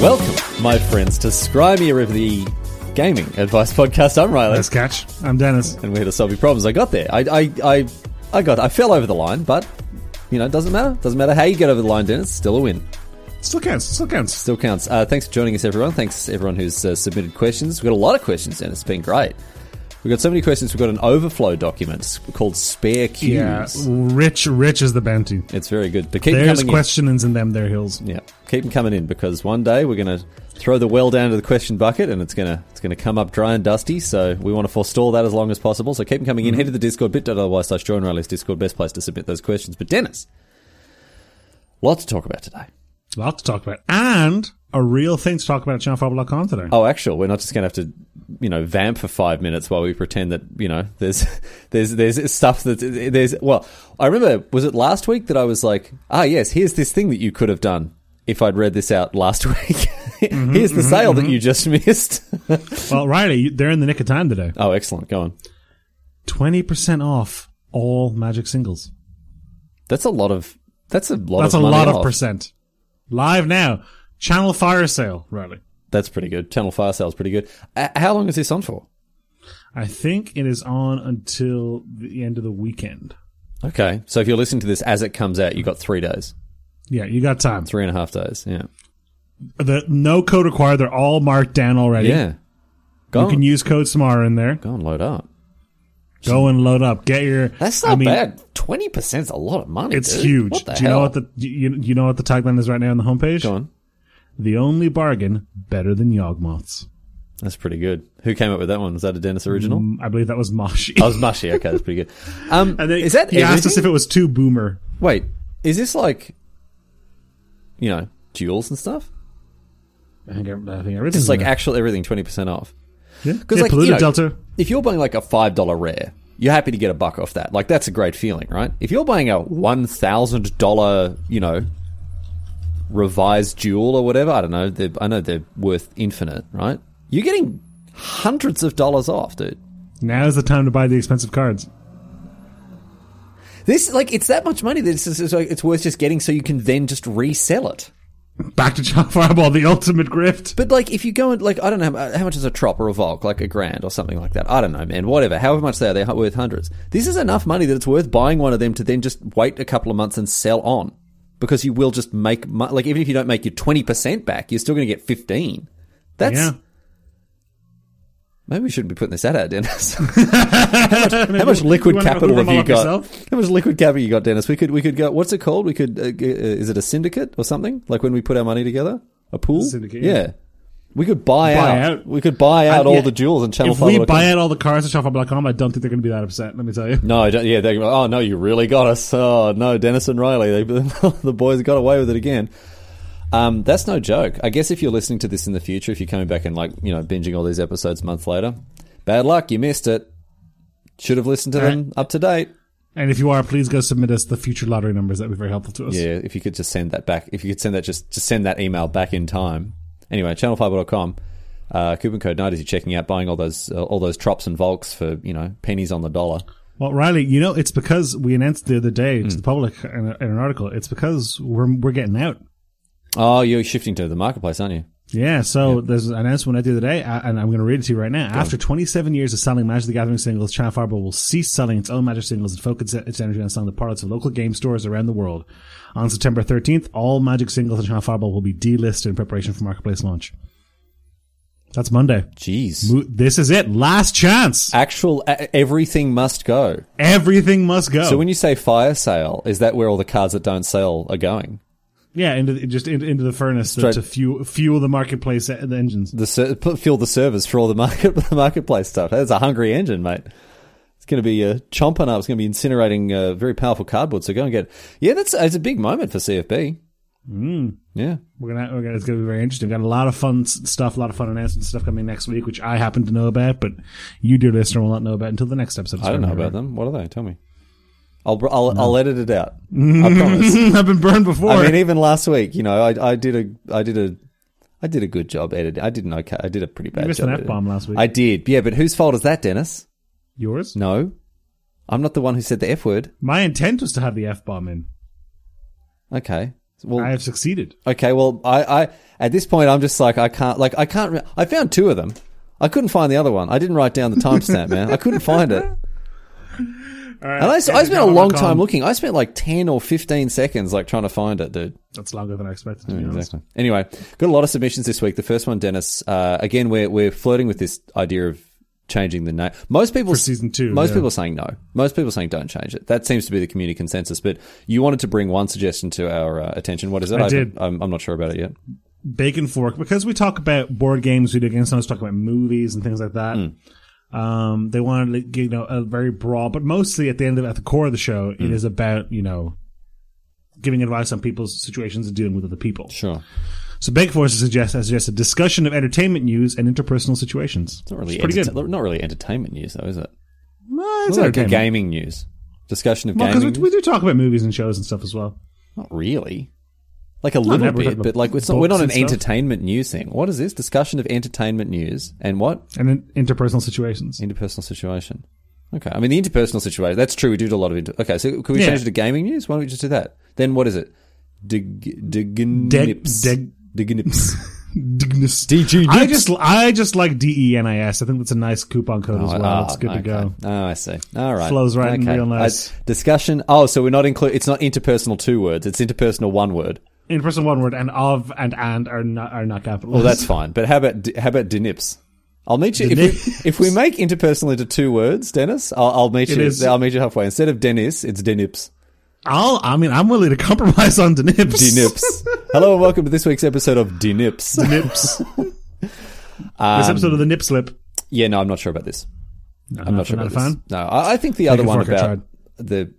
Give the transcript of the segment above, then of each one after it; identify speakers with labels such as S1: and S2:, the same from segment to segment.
S1: Welcome, my friends, to Scrimia of the Gaming Advice Podcast. I'm Riley,
S2: Nice catch. I'm Dennis.
S1: and we're here to solve your problems. I got there. I, I, I, I got. I fell over the line, but you know, it doesn't matter. Doesn't matter how you get over the line, Dennis. Still a win.
S2: Still counts. Still counts.
S1: Still counts. Uh, thanks for joining us, everyone. Thanks everyone who's uh, submitted questions. We've got a lot of questions, and it's been great. We've got so many questions. We've got an overflow document called Spare Cues.
S2: Yeah. Rich, rich is the bounty.
S1: It's very good. But keep
S2: There's
S1: coming in.
S2: questionings in them there hills.
S1: Yeah, keep them coming in because one day we're going to throw the well down to the question bucket, and it's going to it's going to come up dry and dusty. So we want to forestall that as long as possible. So keep them coming in. Head to the Discord bit.ly slash join Riley's Discord. Best place to submit those questions. But Dennis, lots to talk about today.
S2: A lot to talk about. And a real thing to talk about at channelfable.com today.
S1: Oh, actual, we're not just going to have to you know vamp for five minutes while we pretend that you know there's there's there's stuff that there's well I remember was it last week that I was like ah yes here's this thing that you could have done if I'd read this out last week
S2: Mm-hmm,
S1: here's the sale that you just missed
S2: Well, Riley, you- they're in the nick of time today.
S1: Oh, excellent. Go on.
S2: 20% off all Magic singles.
S1: That's a lot of. That's a lot.
S2: That's a
S1: of money Oh,
S2: lot of
S1: off.
S2: percent. Live now. Channel fire sale, Riley.
S1: That's pretty good. Channel Fire sale's pretty good. Uh, how long is this on for?
S2: I think it is on until the end of the weekend.
S1: Okay, so if you're listening to this as it comes out, you got three days,
S2: Yeah, you got time.
S1: three and a half days. Yeah,
S2: The no code required. They're all marked down already.
S1: yeah. Oh. Go
S2: You
S1: on,
S2: can use code SMAR in there.
S1: go and load up.
S2: Go and load up. Get your.
S1: That's not bad. Twenty percent is a lot of money.
S2: It's
S1: dude.
S2: huge.
S1: What the
S2: Do you
S1: hell?
S2: know what the do you, you know what the tagline is right now on the homepage?
S1: go on.
S2: The only bargain better than Yawgmoth's.
S1: That's pretty good. Who came up with that one? Was that a Dennis original?
S2: Mm, I believe that was Moshi.
S1: I was mushy. Okay, that's pretty good. Um,
S2: and then
S1: Oh. is that
S2: he asked us
S1: everything?
S2: if it was too boomer.
S1: Wait, is this like, you know, duels and stuff?
S2: I think, I, I think
S1: It's like actual everything twenty percent off.
S2: yeah,
S1: Because
S2: yeah,
S1: like
S2: Polluted
S1: you know,
S2: Delta.
S1: if you're buying like a five dollar rare, you're happy to get a buck off that. Like that's a great feeling, right? If you're buying a one thousand dollar, you know, revised jewel or whatever, I don't know. They're, I know they're worth infinite, right? You're getting hundreds of dollars off, dude.
S2: Now's the time to buy the expensive cards.
S1: This like it's that much money that it's, it's, like, it's worth just getting so you can then just resell it.
S2: Back to John Fireball, the ultimate grift.
S1: But like, if you go and like, I don't know uh, how how much is a trop or a volk, like a grand or something like that. I don't know, man. Whatever, however much they are, they're hu- worth hundreds. This is enough money that it's worth buying one of them to then just wait a couple of months and sell on, because you will just make mo- like even if you don't make your twenty percent back, you're still going to get fifteen. That's
S2: yeah.
S1: maybe we shouldn't be putting this ad out, Dennis. how much liquid
S2: wanna go
S1: capital
S2: Uber
S1: have you
S2: Moloch
S1: got?
S2: yourself?
S1: How much liquid capital you got, Dennis? We could we could go. What's it called? We could. Uh, g- uh, is it a syndicate or something? Like when we put our money together, a pool.
S2: Syndicate,
S1: Yeah.
S2: yeah.
S1: We could buy,
S2: Buy
S1: out.
S2: out.
S1: We could buy out
S2: Uh,
S1: all
S2: yeah.
S1: the jewels and channel
S2: If we
S1: five.
S2: buy out all the cards at shopfireball.com, I don't think they're going to be that upset. Let me tell you.
S1: No, I don't, yeah. They, oh no, you really got us. Oh no, Dennis and Riley, they, the boys got away with it again. Um, that's no joke. I guess if you're listening to this in the future, if you're coming back and like you know binging all these episodes a month later, bad luck. You missed it. Should have listened to them up to date.
S2: And if you are, please go submit us the future lottery numbers. That would be very helpful to us.
S1: Yeah, if you could just send that back, if you could send that just just send that email back in time. Anyway, channelfiber.com. Uh, coupon code night is you checking out buying all those uh, all those trops and volks for you know pennies on the dollar.
S2: Well, Riley, you know, it's because we announced the other day to the public in, a, in an article. It's because we're we're getting out.
S1: Oh, you're shifting to the marketplace, aren't you?
S2: Yeah, so there's an announcement out the other day, uh, and I'm going to read it to you right now. After 27 years of selling Magic the Gathering singles, Channel Fireball will cease selling its own Magic singles and focus its energy on selling the products of local game stores around the world. On September 13th, all Magic singles on Channel Fireball will be delisted in preparation for marketplace launch. That's Monday.
S1: Jeez,
S2: Mo- This is it. Last chance.
S1: actual a- everything must go.
S2: Everything must go.
S1: So when you say fire sale, is that where all the cards that don't sell are going?
S2: Yeah, into the, just into, into the furnace to,
S1: Straight-
S2: to fuel fuel the marketplace e- the engines.
S1: The ser- put- fill the servers for all the market the marketplace stuff. That's a hungry engine, mate. It's going to be uh, chomping up. It's going to be incinerating uh, very powerful cardboard. So go and get. Yeah, that's it's a big moment for CFB.
S2: Mm.
S1: Yeah.
S2: We're gonna, we're gonna it's gonna be very interesting. Got a lot of fun s- stuff, a lot of fun announcements stuff coming next week, which I happen to know about, but you, dear listener, will not know about until the next episode.
S1: I don't know about them. What are they? Tell me. I'll I'll, I'll edit it out. I promise.
S2: I've been burned before.
S1: I mean, even last week, you know, I I did a I did a I did a good job editing. I didn't okay. I did a pretty bad
S2: you missed
S1: job.
S2: an f
S1: editing.
S2: bomb last week.
S1: I did. Yeah, but whose fault is that, Dennis?
S2: Yours?
S1: No, I'm not the one who said the f word.
S2: My intent was to have the f bomb in.
S1: Okay. Well,
S2: I have succeeded.
S1: Okay, well, I, I at this point I'm just like I can't like I can't. Re- I found two of them. I couldn't find the other one. I didn't write down the timestamp, man. I couldn't find it. And I, I spent a long time looking. I spent like ten or fifteen seconds like trying to find it, dude.
S2: That's longer than I expected. To be honest.
S1: Exactly. Anyway, got a lot of submissions this week. The first one, Dennis. Uh, again, we're we're flirting with this idea of changing the name. Most people
S2: season two,
S1: Most
S2: yeah.
S1: people are saying no. Most people are saying don't change it. That seems to be the community consensus. But you wanted to bring one suggestion to our uh, attention. What is it?
S2: I
S1: I've-
S2: did.
S1: I'm, I'm not sure about it yet.
S2: Bacon fork because we talk about board games, video games, sometimes talk about movies and things like that. Um, they wanted like, you know a very broad, but mostly at the end of at the core of the show, it is about you know giving advice on people's situations and dealing with other people.
S1: Sure.
S2: So Bacon fork suggests I suggest a discussion of entertainment news and interpersonal situations.
S1: Not really,
S2: It's pretty
S1: enter- not really entertainment news, though, is it?
S2: Well, it's
S1: It's like
S2: entertainment.
S1: gaming news. Discussion of
S2: Well,
S1: gaming.
S2: because we, we do talk about movies and shows and stuff as well.
S1: not really. Like a little
S2: never talked
S1: bit,
S2: about
S1: but like it's not, we're not an
S2: books and stuff.
S1: entertainment news thing. What is this? Discussion of entertainment news and what?
S2: and in interpersonal situations.
S1: Interpersonal situation. Okay. I mean, the interpersonal situation, that's true. We do do a lot of inter- Okay, so can we
S2: Yeah.
S1: change it to gaming news? Why don't we just do that? Then what is it? Dig, dignips.
S2: deg-
S1: dignips.
S2: Dignus.
S1: DG
S2: I just I just like D E N I S. I think that's a nice coupon code as well.
S1: Oh,
S2: it's good
S1: okay.
S2: to go.
S1: Oh, I see. All right.
S2: Flows right in
S1: okay.
S2: real nice.
S1: Uh, discussion. Oh, so we're not include. It's not interpersonal two words. It's interpersonal one word.
S2: Interpersonal one word and of and and are not are not capital.
S1: Well, Oh, that's fine. But how about d- how about dinips? I'll meet you if we, if we make interpersonal into two words, Dennis. I'll, I'll meet
S2: It
S1: you.
S2: is-
S1: I'll meet you halfway. Instead of Dennis, it's dinips.
S2: I'll I mean I'm willing to compromise on denips.
S1: Dinips. Hello and welcome to this week's episode of Dinips.
S2: Nips. this
S1: Um,
S2: episode of the nip slip.
S1: Yeah, no, I'm not sure about this.
S2: No,
S1: I'm not sure
S2: not a
S1: about
S2: fan.
S1: this. No, I, I think the other
S2: a
S1: one
S2: fork, I
S1: about
S2: tried.
S1: the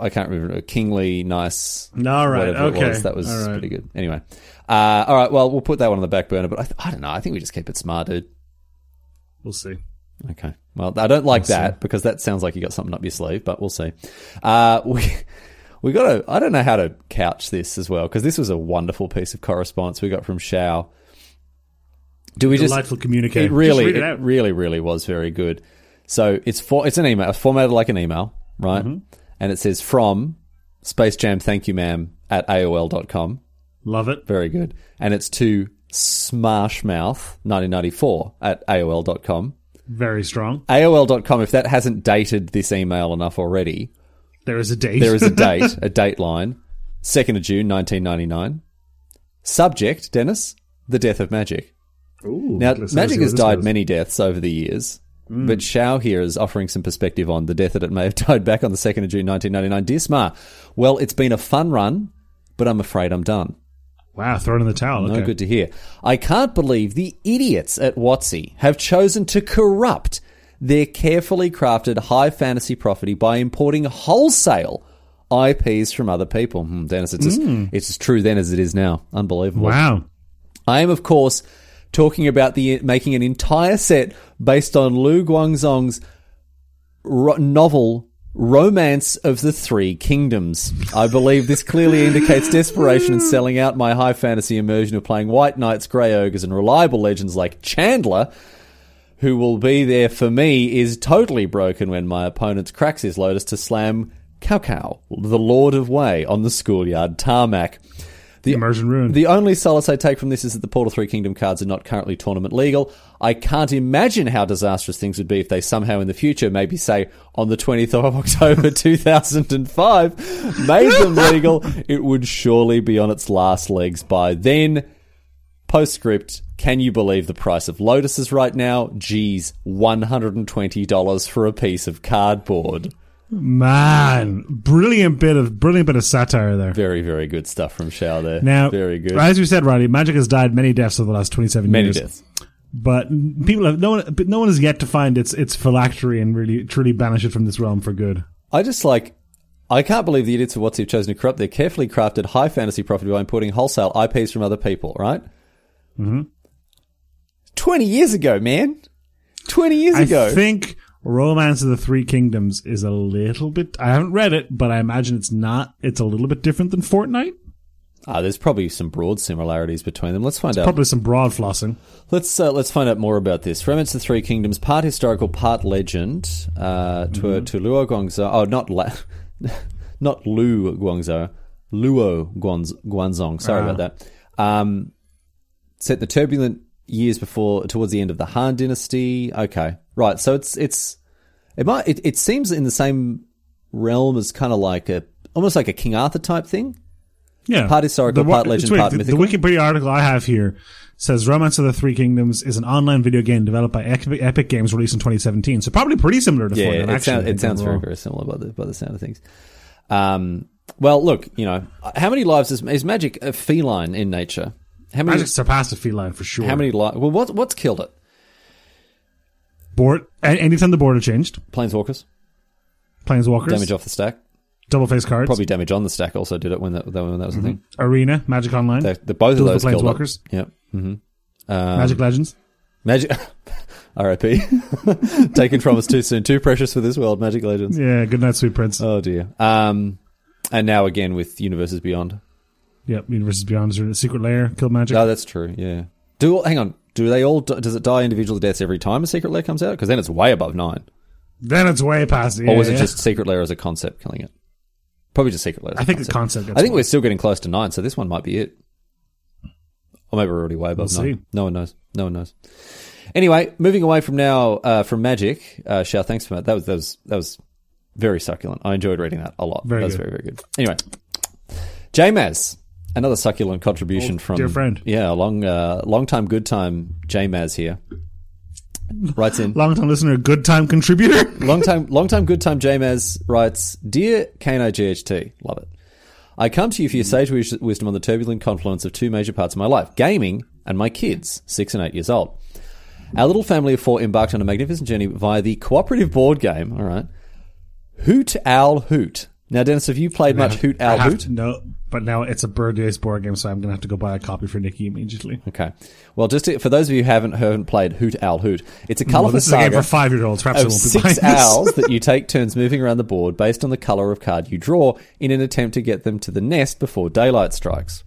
S1: I can't remember kingly nice.
S2: All right,
S1: whatever it
S2: okay,
S1: was. That was
S2: all right.
S1: pretty good. Anyway, uh, all right. Well, we'll put that one on the back burner. But I, th- I don't know. I think we just keep it smart, dude.
S2: We'll see.
S1: Okay. Well, I don't like that because that sounds like you got something up your sleeve. But we'll see. Uh, we we got to. I don't know how to couch this as well because this was a wonderful piece of correspondence we got from Shao. Do we just
S2: Delightful communicator.
S1: it really,
S2: Just
S1: it
S2: read it out.
S1: really, really was very good. So it's for it's an email, it's formatted like an email, right?
S2: Mm-hmm.
S1: And it says from Space Jam, thank you, ma'am, at AOL.com.
S2: Love it.
S1: Very good. And it's to Smarshmouth1994 at AOL.com.
S2: Very strong.
S1: AOL.com, if that hasn't dated this email enough already,
S2: There is a date.
S1: there is a date, a date line, 2nd of June 1999. Subject, Dennis, the death of magic.
S2: Ooh,
S1: Now,
S2: let's- let's see
S1: Magic
S2: what
S1: has
S2: this Hmm.
S1: died
S2: goes.
S1: many deaths over the years, but Shao here is offering some perspective on the death that it may have died back on the 2nd of June 1999. Dear Smar, well, it's been a fun run, but I'm afraid I'm done.
S2: Wow, thrown in the towel.
S1: No
S2: Oh, okay.
S1: good to hear. I can't believe the idiots at WotC have chosen to corrupt their carefully crafted high fantasy property by importing wholesale IPs from other people. Hmm, Dennis, it's, as, it's as true then as it is now. Unbelievable.
S2: Wow.
S1: I am, of course, talking about the making an entire set based on Lu Guangzong's ro- novel Romance of the Three Kingdoms. I believe this clearly indicates desperation and selling out my high fantasy immersion of playing White Knights, Grey Ogres, and reliable legends like Chandler. Who will be there for me is totally broken when my opponent cracks his lotus to slam Cao Cao, the Lord of Wei, on the schoolyard tarmac. The
S2: Immersion ruined.
S1: the only solace I take from this is that the Portal 3 Kingdom cards are not currently tournament legal. I can't imagine how disastrous things would be if they somehow in the future, maybe say on the 20th of October 2005, made them legal. It would surely be on its last legs by then. Postscript Can you believe the price of lotuses right now? Geez, $120 for a piece of cardboard.
S2: Man, brilliant bit of brilliant bit of satire there.
S1: Very, very good stuff from Shao there.
S2: Now,
S1: very good.
S2: As you said, Roddy, magic has died many deaths over the last twenty-seven
S1: Many
S2: years.
S1: deaths.
S2: But people have no one. But no one has yet to find its its phylactery and really truly banish it from this realm for good.
S1: I just like. I can't believe the idiots of WhatsApp have chosen to corrupt their carefully crafted high fantasy property by importing wholesale IPs from other people, right? Mm-hmm. 20 years ago, man. 20 years
S2: I
S1: ago.
S2: think Romance of the Three Kingdoms is a little bit. I haven't read it, but I imagine it's not. It's a little bit different than Fortnite.
S1: Ah, there's probably some broad similarities between them. Let's find out.
S2: Probably some broad flossing.
S1: Let's uh, let's find out more about this. Romance of the Three Kingdoms, part historical, part legend. Uh, to to Luo Guangzhou. Oh, not La- not Lu Guangzhou. Luo Guanz- Guanzong. Sorry
S2: Ah.
S1: about that. Um, set the turbulent years before towards the end of the Han Dynasty. Okay, right. So it's it's it might it, it seems in the same realm as kind of like a almost like a King Arthur type thing.
S2: Yeah.
S1: Part historical,
S2: wi-
S1: part
S2: it's
S1: legend,
S2: weird.
S1: part
S2: the,
S1: mythical.
S2: The Wikipedia article I have here says Romance of the Three Kingdoms is an online video game developed by Epic, Epic Games released in 2017. So probably pretty similar to
S1: Yeah,
S2: Fortnite,
S1: it,
S2: actually.
S1: sound,
S2: I think
S1: it sounds very
S2: overall.
S1: very similar by the by the sound of things. Um, well, look, you know, how many lives is is magic a feline in nature? How many?
S2: Magic surpassed a feline for sure.
S1: How many lives? Well, what what's killed it?
S2: Board, a- anytime the border changed,
S1: Planeswalkers,
S2: Planeswalkers,
S1: damage off the stack.
S2: double face cards,
S1: Probably damage on the stack also did it when that, that- when that was a
S2: Mm-hmm.
S1: thing.
S2: Arena, Magic Online,
S1: The, the- both of
S2: Those
S1: those
S2: were
S1: killed it.
S2: Planeswalkers.
S1: Yep. um,
S2: Magic Legends.
S1: Magic. R.I.P. Taken from us too soon. Too precious for this world. Magic Legends.
S2: Yeah, good night, sweet prince.
S1: Oh dear. Um, and now again with universes beyond.
S2: yep, Universes Beyond is a secret layer, killed magic.
S1: Oh, that's true. Yeah. Do all, hang on. Do they all? Does it die individual deaths every time a secret layer comes out? Because then it's way above nine.
S2: then it's way past. Yeah,
S1: or was it
S2: yeah.
S1: just secret layer as a concept killing it? Probably just secret layer. as
S2: I
S1: a
S2: think the
S1: concept.
S2: concept. Gets
S1: I think we're still getting close to nine, so this one might be it. Or maybe we're already way above
S2: We'll
S1: nine.
S2: see.
S1: No one knows. No one knows. Anyway, moving away from now uh, from magic, uh, Shao, thanks for that. That was that was that was very succulent. I enjoyed reading that a lot.
S2: Very
S1: that was
S2: good.
S1: very very good. Anyway, Jamaz, another succulent contribution
S2: Old
S1: from
S2: Oh, dear friend.
S1: Yeah, a long uh, long time good time Jamaz here writes in
S2: long time listener, good time contributor.
S1: long time, long time, good time. Jamaz writes, dear Kano GHT, love it. I come to you for your sage wis- wisdom on the turbulent confluence of two major parts of my life: gaming and my kids, six and eight years old. Our little family of four embarked on a magnificent journey via the cooperative board game. All right, Hoot Owl Hoot. Now, Dennis, have you played much Hoot
S2: I
S1: Owl
S2: have
S1: Hoot?
S2: to know, but now it's a birthday board game, so I'm gonna have to go buy a copy for Nikki immediately.
S1: Okay. Well, just to, for those of you who haven't haven't played Hoot Owl Hoot, it's a colourful
S2: Well, this is a
S1: saga.
S2: game for five year olds. Perhaps I
S1: of
S2: won't be buying
S1: six
S2: this.
S1: owls that you take turns moving around the board based on the color of card you draw in an attempt to get them to the nest before daylight strikes.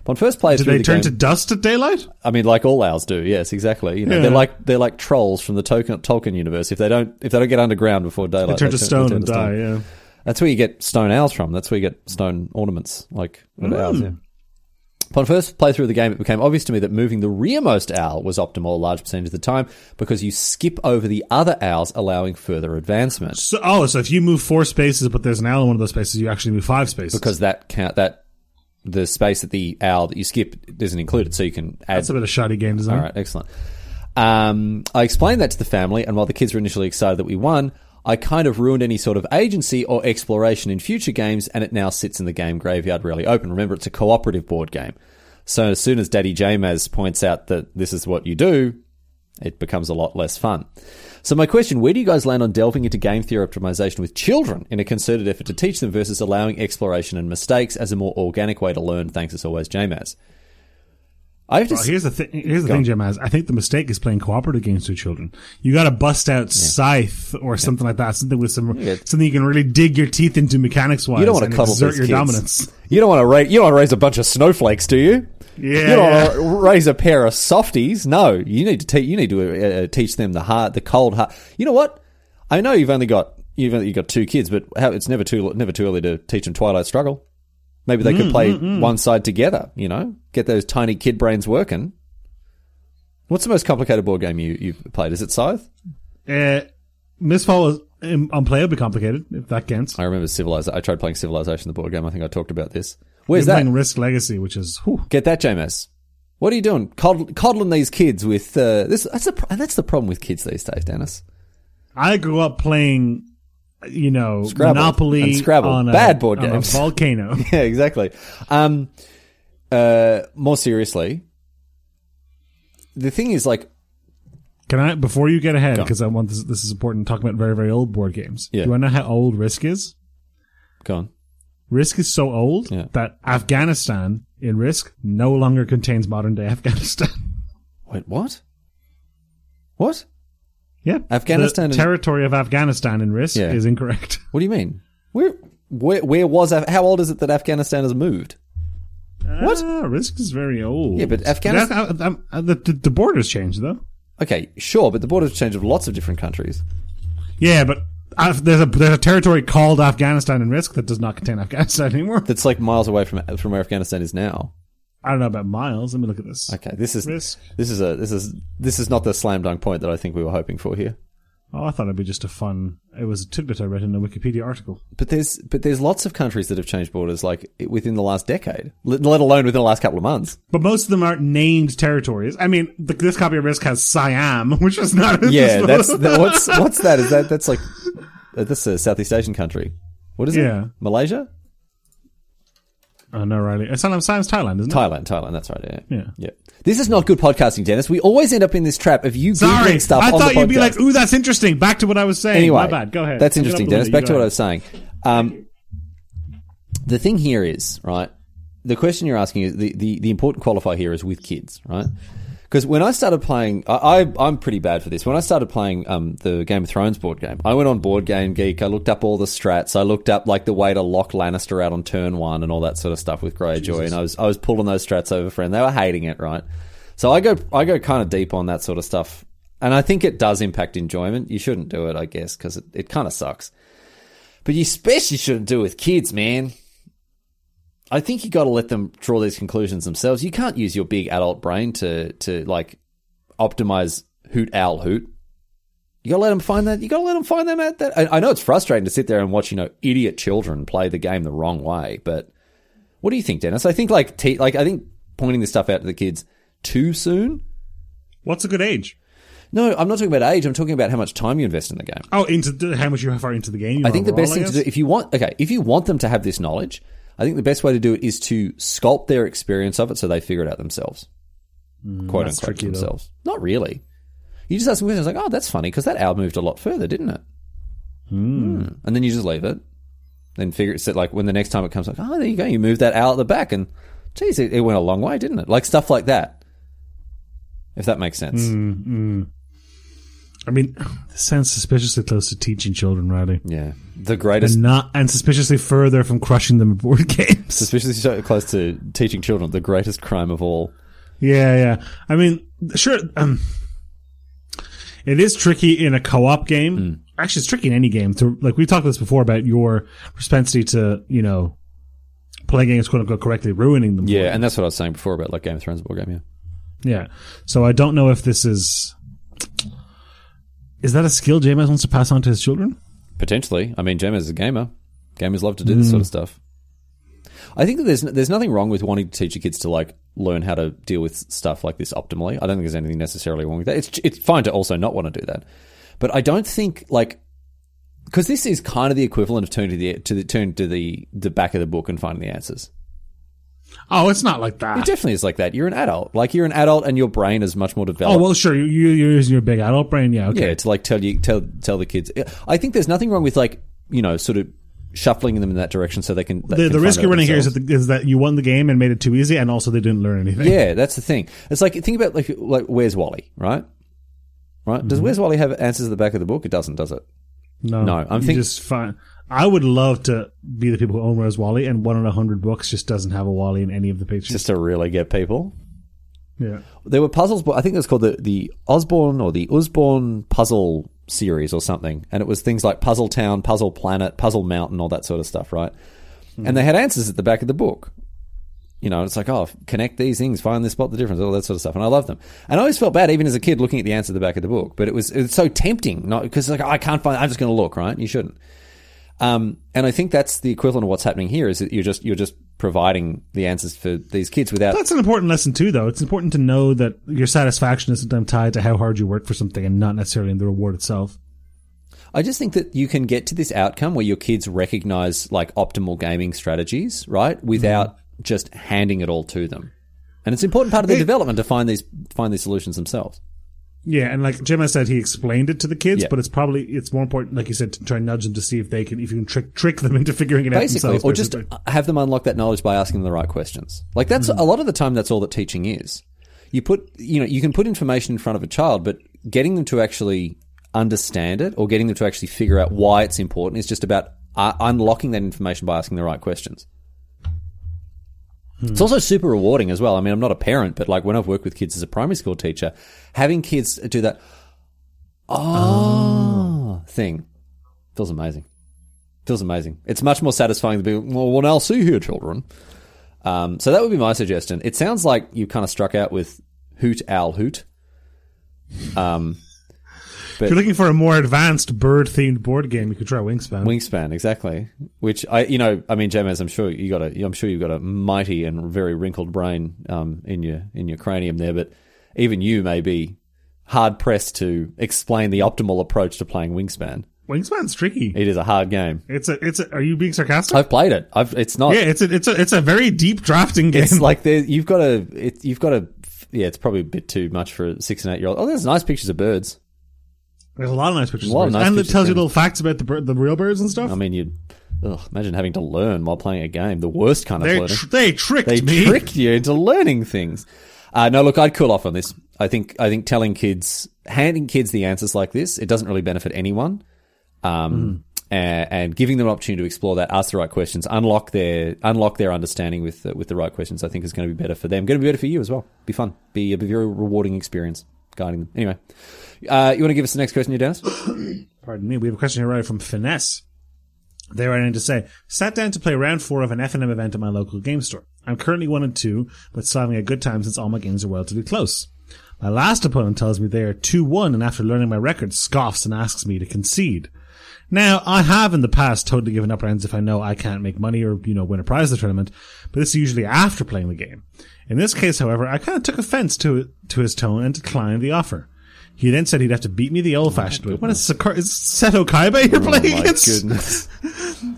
S1: Upon first play
S2: Do
S1: through
S2: they
S1: the
S2: turn
S1: game,
S2: to dust at daylight?
S1: I mean, like all owls do. Yes, exactly. You know,
S2: Yeah.
S1: they're like they're like trolls from the Tolkien, Tolkien universe. If they don't if they don't get underground before daylight,
S2: They turn to stone
S1: they
S2: and
S1: uh, to stone.
S2: die. Yeah.
S1: That's where you get stone owls from. That's where you get stone ornaments, like
S2: Hmm.
S1: of owls. Yeah. Upon first playthrough of the game, it became obvious to me that moving the rearmost owl was optimal a large percentage of the time because you skip over the other owls, allowing further advancement.
S2: So, oh, so if you move four spaces, but there's an owl in one of those spaces, you actually move five spaces.
S1: Because that count that the space at the owl that you skip isn't included, so you can add
S2: that's a bit of shoddy game design.
S1: All right, excellent. Um, I explained that to the family, and while the kids were initially excited that we won, I kind of ruined any sort of agency or exploration in future games, and it now sits in the game graveyard rarely open. Remember, it's a cooperative board game. So as soon as Daddy Jamaz points out that this is what you do, it becomes a lot less fun. So my question, where do you guys land on delving into game theory optimization with children in a concerted effort to teach them versus allowing exploration and mistakes as a more organic way to learn? Thanks as always, Jamaz. I have to
S2: Well, Oh, here's the thing. Here's the thing, Jim. Has I think the mistake is playing cooperative games to children. You got to bust out Scythe or something like that. Something with some something you can really dig your teeth into mechanics wise.
S1: You don't want
S2: and
S1: to cuddle
S2: exert
S1: these
S2: your
S1: kids.
S2: dominance.
S1: You don't want to raise. You don't want to raise a bunch of snowflakes, do you?
S2: Yeah,
S1: You don't want to raise a pair of softies. No, you need to te- You need to uh, uh, teach them the hard, the cold hard. You know what? I know you've only got you've only got two kids, but how, it's never too never too early to teach them Twilight Struggle. Maybe they
S2: Mm,
S1: could play one side together. You know, get those tiny kid brains working. What's the most complicated board game you you've played? Is it Scythe?
S2: Uh, Misfall is um, unplayably complicated. If that counts.
S1: I remember Civilization. I tried playing Civilization, the board game. I think I talked about this. Where's
S2: You're
S1: that?
S2: playing Risk Legacy, which is whew,
S1: Get that, James. What are you doing? Coddle, coddling these kids with uh, this? That's the pro- that's the problem with kids these days, Dennis.
S2: I grew up playing, you know,
S1: Scrabble
S2: Monopoly
S1: and Scrabble.
S2: on a,
S1: Bad board
S2: on a
S1: games.
S2: volcano.
S1: yeah, exactly. Um, uh, more seriously, the thing is, like,
S2: Can I before you get ahead because I want this, this is important. Talking about very very old board games.
S1: Yeah.
S2: Do I know how old Risk is?
S1: go on.
S2: Risk is so old
S1: Yeah.
S2: that Afghanistan in Risk no longer contains modern day Afghanistan.
S1: Wait, what? What?
S2: yeah,
S1: Afghanistan
S2: The
S1: is-
S2: territory of Afghanistan in Risk
S1: Yeah.
S2: is incorrect.
S1: What do you mean? Where? Where, where was Af- how old is it that Afghanistan has moved? What?
S2: Ah, Risk is very old.
S1: Yeah, but
S2: That-
S1: Afghanistan.
S2: I- I'm- I- the, the, the borders changed though.
S1: Okay, sure, but the borders change of lots of different countries.
S2: Yeah, but Af- there's a there's a territory called Afghanistan and Risk that does not contain Afghanistan anymore.
S1: That's like miles away from from where Afghanistan is now.
S2: I don't know about miles. Let me look at this.
S1: Okay, this is
S2: Risk.
S1: this is a this is this is not the slam dunk point that I think we were hoping for here.
S2: Oh, I thought it'd be just a fun. It was a tidbit I read in a Wikipedia article.
S1: But there's but there's lots of countries that have changed borders like within the last decade, let let alone within the last couple of months.
S2: But most of them aren't named territories. I mean, the, this copy of Risk has Siam, which is not.
S1: Yeah, that's that, what's what's that? Is that that's like uh, that's a Southeast Asian country. What is
S2: Yeah.
S1: it? Malaysia,
S2: Oh no, Riley. It's Siam, Siam's Thailand, isn't it?
S1: Thailand, Thailand. That's right. Yeah.
S2: Yeah.
S1: This is not good podcasting, Dennis. We always end up in this trap of you
S2: Sorry,
S1: googling stuff.
S2: I
S1: on
S2: thought
S1: the
S2: you'd be
S1: podcast.
S2: like, "Ooh, that's interesting." Back to what I was saying.
S1: anyway,
S2: my bad. Go ahead.
S1: That's
S2: Pick it up
S1: interesting,
S2: the
S1: Dennis.
S2: window.
S1: Back
S2: You
S1: to
S2: go
S1: what I
S2: ahead.
S1: was saying. Um, the thing here is right. The question you're asking is the, the, the important qualifier here is with kids, right? Because when I started playing, I, I I'm pretty bad for this. When I started playing um, the Game of Thrones board game, I went on Board Game Geek. I looked up all the strats. I looked up like the way to lock Lannister out on turn one and all that sort of stuff with Greyjoy. And I was I was pulling those strats over, friend. They were hating it, right? So I go I go kind of deep on that sort of stuff, and I think it does impact enjoyment. You shouldn't do it, I guess, because it, it kind of sucks. But you especially shouldn't do it with kids, man. I think you got to let them draw these conclusions themselves. You can't use your big adult brain to to like optimize hoot owl hoot. You got to let them find that. You got to let them find them out. That I, I know it's frustrating to sit there and watch you know idiot children play the game the wrong way. But what do you think, Dennis? I think like te- like I think pointing this stuff out to the kids too soon.
S2: What's a good age?
S1: No, I'm not talking about age. I'm talking about how much time you invest in the game.
S2: Oh, into the, how much you how far into the game? You
S1: I
S2: are
S1: think the
S2: overall,
S1: best
S2: I
S1: thing to
S2: guess?
S1: do if you want okay, if you want them to have this knowledge, I think the best way to do it is to sculpt their experience of it so they figure it out themselves. quote
S2: Mm, that's
S1: unquote
S2: tricky, though.
S1: themselves. Not really. You just ask them questions like, "Oh, that's funny because that owl moved a lot further, didn't it?" Hmm. And then you just leave it. Then figure it so like when the next time it comes like, "Oh, there you go. You moved that owl at the back and geez, it, it went a long way, didn't it?" Like stuff like that. If that makes sense.
S2: Hmm. I mean, this sounds suspiciously close to teaching children, Riley.
S1: Yeah. The greatest
S2: And not and suspiciously further from crushing them at board games.
S1: Especially so close to teaching children the greatest crime of all.
S2: Yeah, yeah. I mean, sure. Um, it is tricky in a co-op game.
S1: Hmm.
S2: Actually, it's tricky in any game. To like, we've talked this before about your propensity to, you know, play games quote unquote correctly, ruining them.
S1: Yeah, and that's what I was saying before about like Game of Thrones board game. Yeah,
S2: Yeah. So I don't know if this is. Is that a skill James wants to pass on to his children?
S1: potentially. I mean, Gemma is a gamer. Gamers love to do this sort of stuff. I think that there's there's nothing wrong with wanting to teach your kids to like learn how to deal with stuff like this optimally. I don't think there's anything necessarily wrong with that. It's it's fine to also not want to do that, but I don't think like because this is kind of the equivalent of turning to the to the turn to the the back of the book and finding the answers.
S2: Oh, it's not like that.
S1: It definitely is like that. You're an adult. Like you're an adult, and your brain is much more developed.
S2: Oh well, sure. You, you- you're using your big adult brain. Yeah. Okay.
S1: Yeah, to like tell you tell tell the kids. I think there's nothing wrong with like you know sort of shuffling them in that direction so they can. they
S2: the,
S1: can
S2: the
S1: find
S2: risk
S1: out
S2: you're running here is
S1: themselves.
S2: that, the, is that you won the game and made it too easy, and also they didn't learn anything.
S1: yeah, that's the thing. It's like think about like like where's Wally, right? Right?
S2: Mm-hmm.
S1: Does where's Wally have answers at the back of the book? It doesn't, does it?
S2: No,
S1: No, I'm
S2: you
S1: think-
S2: just fine. I would love to be the people who own Rose Wally, and one in a hundred books just doesn't have a Wally in any of the pictures.
S1: Just to really get people.
S2: yeah,
S1: There were puzzles, but I think it was called the the Osborne or the Osborne puzzle series or something, and it was things like Puzzle Town, Puzzle Planet, Puzzle Mountain, all that sort of stuff, right? And they had answers at the back of the book. You know, it's like, oh, connect these things, find this, spot the difference, all that sort of stuff. And I love them. And I always felt bad, even as a kid, looking at the answer at the back of the book. But it was it's so tempting, not because like I can't find. I'm just going to look, right? You shouldn't. Um, and I think that's the equivalent of what's happening here is that you're just you're just providing the answers for these kids without
S2: that's an important lesson too. Though it's important to know that your satisfaction is sometimes tied to how hard you work for something, and not necessarily in the reward itself.
S1: I just think that you can get to this outcome where your kids recognize like optimal gaming strategies, right? Without just handing it all to them. And it's an important part of their development to find these find these solutions themselves.
S2: Yeah, and like Jim has said, he explained it to the kids,
S1: Yeah.
S2: but it's probably it's more important, like you said, to try and nudge them to see if they can, if you can trick trick them into figuring it
S1: Basically,
S2: out themselves.
S1: or just
S2: basically.
S1: have them unlock that knowledge by asking them the right questions. Like that's a lot of the time that's all that teaching is. You put you know, you can put information in front of a child, but getting them to actually understand it or getting them to actually figure out why it's important is just about uh, unlocking that information by asking the right questions. It's also super rewarding as well. I mean, I'm not a parent, but like when I've worked with kids as a primary school teacher, having kids do that oh, "Ah," thing. Feels amazing. Feels amazing. It's much more satisfying to be, well, well now see here, children. Um, so that would be my suggestion. It sounds like you kind of struck out with Hoot Owl Hoot.
S2: If you're looking for a more advanced bird themed board game, you could try Wingspan.
S1: Wingspan, exactly. Which I, you know, I mean, James, I'm sure you got a, I'm sure you've got a mighty and very wrinkled brain um, in your in your cranium there, but even you may be hard pressed to explain the optimal approach to playing Wingspan.
S2: Wingspan's tricky.
S1: It is a hard game.
S2: It's a, it's a, are you being sarcastic?
S1: I've played it. I've, it's not.
S2: yeah, it's a, it's a, it's a very deep drafting game.
S1: It's like there, you've got a, it, you've got a, yeah, it's probably a bit too much for a six and eight year old. Oh, there's nice pictures of birds.
S2: There's a lot of nice pictures,
S1: A lot of
S2: of birds.
S1: nice
S2: and it
S1: pictures,
S2: tells you
S1: yeah.
S2: little facts about the bird, the real birds and stuff.
S1: I mean, you, ugh, imagine having to learn while playing a game. The worst kind of
S2: they
S1: learning.
S2: tr- they tricked
S1: they
S2: me.
S1: tricked you into learning things. Uh, no, look, I'd cool off on this. I think I think telling kids, handing kids the answers like this, it doesn't really benefit anyone. Um,
S2: Hmm.
S1: a- and, giving them an opportunity to explore that, ask the right questions, unlock their unlock their understanding with the, with the right questions. I think is going to be better for them. Going to be better for you as well. Be fun. Be a very rewarding experience guiding them. Anyway, uh, you want to give us the next question, you Dennis?
S2: Pardon me. We have a question here right from Finesse. They write in to say, sat down to play round four of an F&M event at my local game store. I'm currently one and two, but still having a good time since all my games are relatively close. My last opponent tells me they are 2-1 and after learning my record scoffs and asks me to concede. Now, I have in the past totally given up rounds if I know I can't make money or, you know, win a prize at the tournament, but this is usually after playing the game. In this case, however, I kind of took offense to, to his tone and declined the offer. He then said he'd have to beat me the old-fashioned way. What is, Sakura, is Seto Kaiba you're
S1: Oh
S2: playing
S1: my
S2: against?
S1: goodness.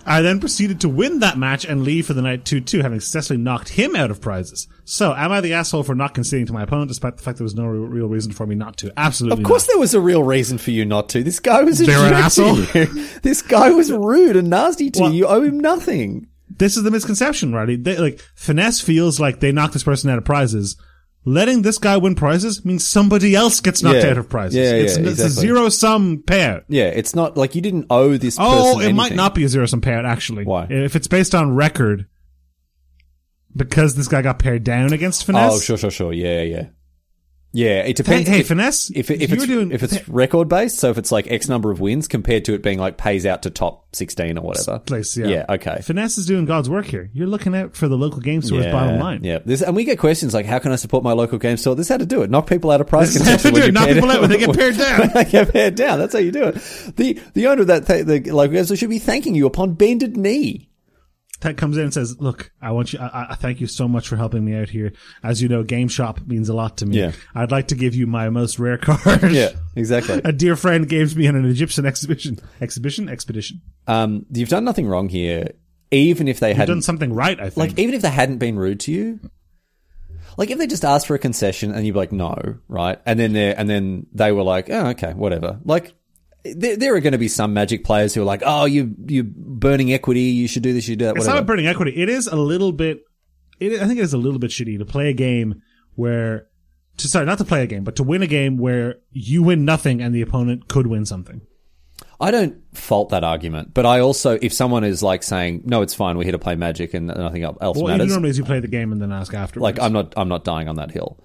S2: I then proceeded to win that match and leave for the night 2-2, having successfully knocked him out of prizes. So, am I the asshole for not conceding to my opponent, despite the fact there was no re- real reason for me not to? Absolutely
S1: Of course, there was a real reason for you not to. This guy was a
S2: They're an
S1: jerk to
S2: asshole.
S1: you. This guy was rude and nasty to
S2: Well-
S1: you. You owe him nothing.
S2: not. This is the misconception, Roddy. They, like, Finesse feels like they knocked this person out of prizes. Letting this guy win prizes means somebody else gets knocked
S1: Yeah.
S2: out of prizes.
S1: Yeah,
S2: it's,
S1: yeah,
S2: it's a
S1: exactly.
S2: zero-sum payout.
S1: Yeah, it's not like you didn't owe this person.
S2: Oh, it might
S1: anything.
S2: not be a zero-sum payout, actually.
S1: Why?
S2: If it's based on record, because this guy got paired down against Finesse.
S1: Oh, sure, sure, sure. Yeah, yeah, yeah. It depends.
S2: hey,
S1: if,
S2: finesse.
S1: if, it- if
S2: you
S1: it's
S2: were doing
S1: if it's record based, so if it's like X number of wins compared to it being like pays out to top sixteen or whatever.
S2: place, yeah.
S1: Yeah, okay.
S2: Finesse is doing God's work here. You're looking out for the local game store's
S1: Yeah,
S2: bottom line.
S1: Yeah, this, and we get questions like, "How can I support my local game store?" This is how to do it. Knock people out of prize
S2: This is how
S1: concession when
S2: to do it.
S1: you
S2: Knock
S1: pay
S2: people
S1: them-
S2: out when they get pared down.
S1: when they get pared down. That's how you do it. The the owner of that th- the local game store should be thanking you upon bended knee.
S2: Ted comes in and says, "Look, I want you. I- I, I thank you so much for helping me out here. As you know, Game Shop means a lot to me.
S1: Yeah.
S2: I'd like to give you my most rare card.
S1: Yeah, exactly.
S2: a dear friend gave me on an Egyptian exhibition, exhibition, expedition.
S1: Um, you've done nothing wrong here, even if they
S2: I've
S1: hadn't
S2: done something right. I think.
S1: Like, even if they hadn't been rude to you, like if they just asked for a concession and you'd be like, no, right? And then they and then they were like, oh, okay, whatever. Like, there, there are going to be some magic players who are like, oh, you you're burning equity. You should do this. You should do that.
S2: it's
S1: Whatever.
S2: not a burning equity. It is a little bit. It, I think it is a little bit shitty to play a game where, to sorry, not to play a game, but to win a game where you win nothing and the opponent could win something.
S1: I don't fault that argument, but I also, if someone is like saying, no, it's fine. We're here to play magic and nothing else
S2: Well, even
S1: matters.
S2: normally is you play the game and then ask afterwards.
S1: like I'm not I'm not dying on that hill.